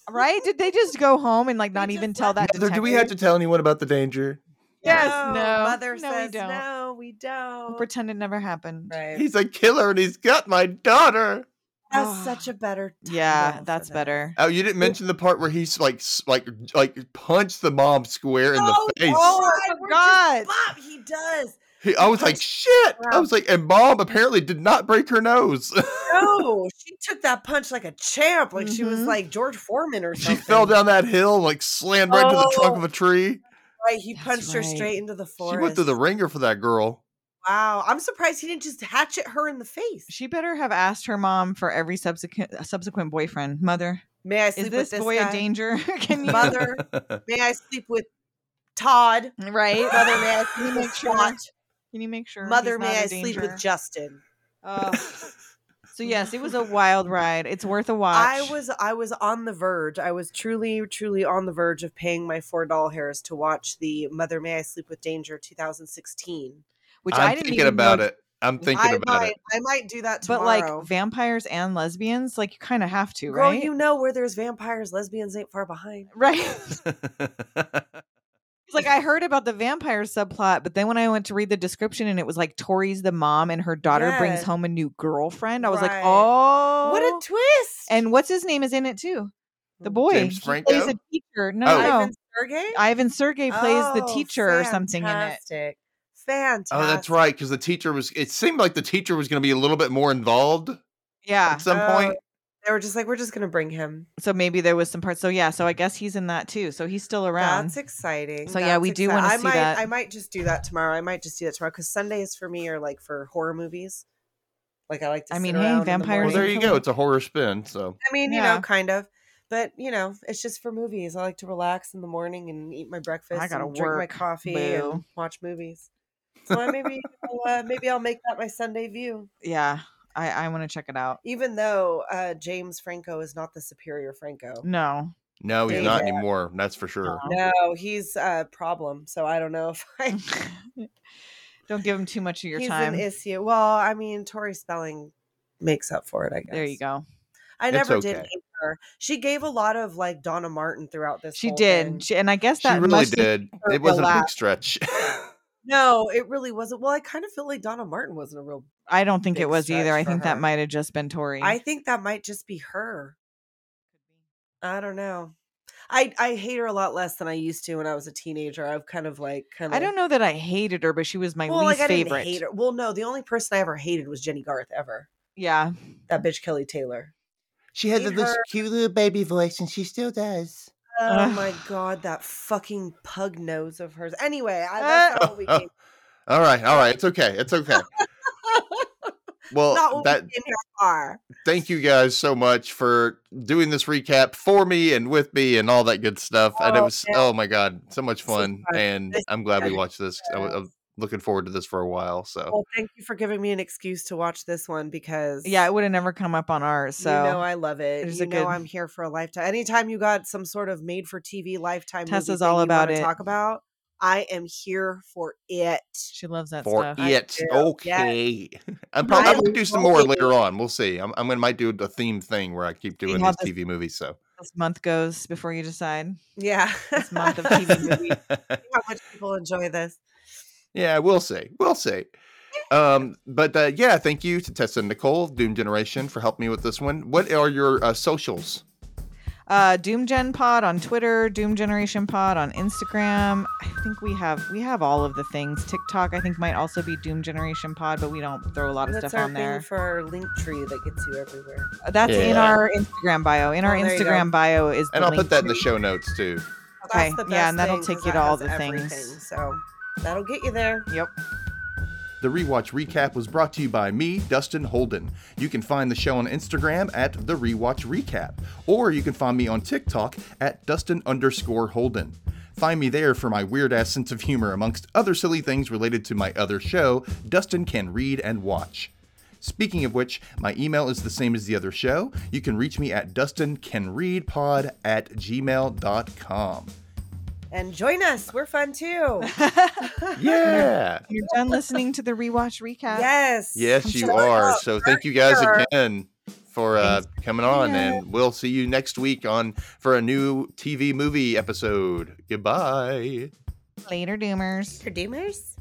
right? Did they just go home and like They not just even tell that? left Heather, do we have to tell anyone about the danger? Yes, no. Mother No, we says don't. no. We detective? don't. pretend it never happened? Oh. Right. He's a killer and he's got my daughter. That's such a better. Yeah, title for that's that. better. Oh, you didn't mention the part where he's like, s- like, like punched the mom square in Oh, the face. God, I we're just- forgot. Bob, he does. He, I was like, punched- shit. I Wow. was like, and mom apparently did not break her nose. No, she took that punch like a champ, like she was Mhm. like George Foreman or she something. fell down that hill, like slammed right into the trunk Oh. of a tree. Right, he That's punched her right. straight into the forest. She went through the ringer for that girl. wow. I'm surprised he didn't just hatchet her in the face. She better have asked her mom for every subsequent subsequent boyfriend. Mother, May I sleep is this, with this boy guy? a danger? Can you Mother, may I sleep with Todd? right? Mother, may I Can you sleep make with sure? Scott? Can you make sure? Mother, he's may not a I sleep danger? with Justin? Ugh. so yes, it was a wild ride. It's worth a watch. I was I was on the verge. I was truly, truly on the verge of paying my four doll hairs to watch the Mother May I Sleep with Danger 2016. which I'm I didn't thinking even about know- it. I'm thinking I about might it. I might do that But tomorrow. like vampires and lesbians, like you kind of have to, girl, right? you know where there's vampires, lesbians ain't far behind. right. It's like I heard about the vampire subplot, but then when I went to read the description and it was like Tori's the mom and her daughter brings Yes. home a new girlfriend. I was Right. like, oh, What a twist! And what's his name is in it too? The Hmm. boy. James He Franco? plays a teacher. No, Oh. no. Ivan Sergey Ivan Sergey plays the teacher or something in it. Oh, Fantastic. Fantastic. Oh, that's right. Because the teacher was. It seemed like the teacher was going to be a little bit more involved Yeah. at some Oh, point. They were just like, we're just gonna bring him. So maybe there was some parts. So yeah, so I guess he's in that too. So he's still around. That's exciting. So, yeah, That's we do exci- wanna I see might, that. I might just do that tomorrow. I might just do that tomorrow because Sundays for me are like for horror movies. Like I like to. I sit mean, hey, around in the vampires Well, morning. there you go. It's a horror spin. So I mean, you Yeah. know, kind of. But you know, it's just for movies. I like to relax in the morning and eat my breakfast. gotta and drink my work, coffee boo. and watch movies. So I maybe I'll, uh, maybe I'll make that my Sunday view. yeah, I I want to check it out. Even though uh, James Franco is not the superior Franco. No, no, he's There you not anymore. That's for sure. No, he's a problem. So I don't know if I. don't give him too much of your he's time. an issue. Well, I mean, Tori Spelling makes up for it. I guess. There you go. I It's never did okay. hate her. She gave a lot of like Donna Martin throughout this. She whole thing. did, she, and I guess She that really must did. her It wasn't a big relax. stretch. No, it really wasn't. Well, I kind of feel like Donna Martin wasn't a real. I don't think it big was either. stretch I for think that her. might have just been Tori. I think that might just be her. I don't know. I I hate her a lot less than I used to when I was a teenager. I've kind of like kind of. I don't know that I hated her, but she was my Well, least like I favorite. didn't hate her. Well, no, the only person I ever hated was Jenny Garth ever. Yeah, That bitch Kelly Taylor. She had Hate this her. cute little baby voice, and she still does. Oh Ugh. my god, that fucking pug nose of hers. Anyway, I, Uh, that's not what we Oh, came. all right, all right. It's okay. It's okay. not Well, what that we came here for. thank you guys so much for doing this recap for me and with me and all that good stuff. and it Oh, was yeah. oh my god, so much This was fun. fun. And This I'm glad we good. watched this. I was, I'm looking forward to this for a while. So Oh. Well, thank you for giving me an excuse to watch this one because yeah, it would have never come up on ours. So you know I love it. there's You a know good- I'm here for a lifetime. Anytime you got some sort of made for TV lifetime, movie Tessa's thing all you about wanna it. Talk about. I am here for it. she loves that for stuff. it, do, okay. I'm probably I I'm gonna do some love more it. later on. We'll see. I'm, I'm gonna might do a theme thing where I keep doing have these TV movies. So This month goes before you decide. Yeah, This month of TV movies. how much people enjoy this. Yeah, we'll see. We'll see. Um, but uh, yeah, thank you to Tessa and Nicole, Doom Generation, for helping me with this one. What are your uh, socials? uh, Doom Gen Pod on Twitter, Doom Generation Pod on Instagram. I think we have we have all of the things. TikTok, I think, might also be Doom Generation Pod, but we don't throw a lot of That's stuff our on thing there. for our link tree that gets you everywhere. Uh, That's in Yeah. our Instagram bio. In our Oh, there you go. Instagram bio is. And the I'll put link that in the tree. show notes too. That's Okay, the yeah, and best that'll thing, take 'cause you to that all has the things. everything, So that'll get you there. Yep. The Rewatch Recap was brought to you by me, Dustin Holden. You can find the show on Instagram at The Rewatch Recap, or you can find me on TikTok at Dustin underscore Holden. Find me there for my weird ass sense of humor, amongst other silly things related to my other show, Dustin Can Read and Watch. Speaking of which, my email is the same as the other show. You can reach me at dustincanreadpod at gmail.com. And join us. We're fun too. Yeah! You're done listening to the rewatch recap. yes. Yes, Come you check us are. out. So thank you guys here. again for uh, coming on, Yeah. and we'll see you next week on for a new TV movie episode. Goodbye. Later, Doomers. Your Doomers.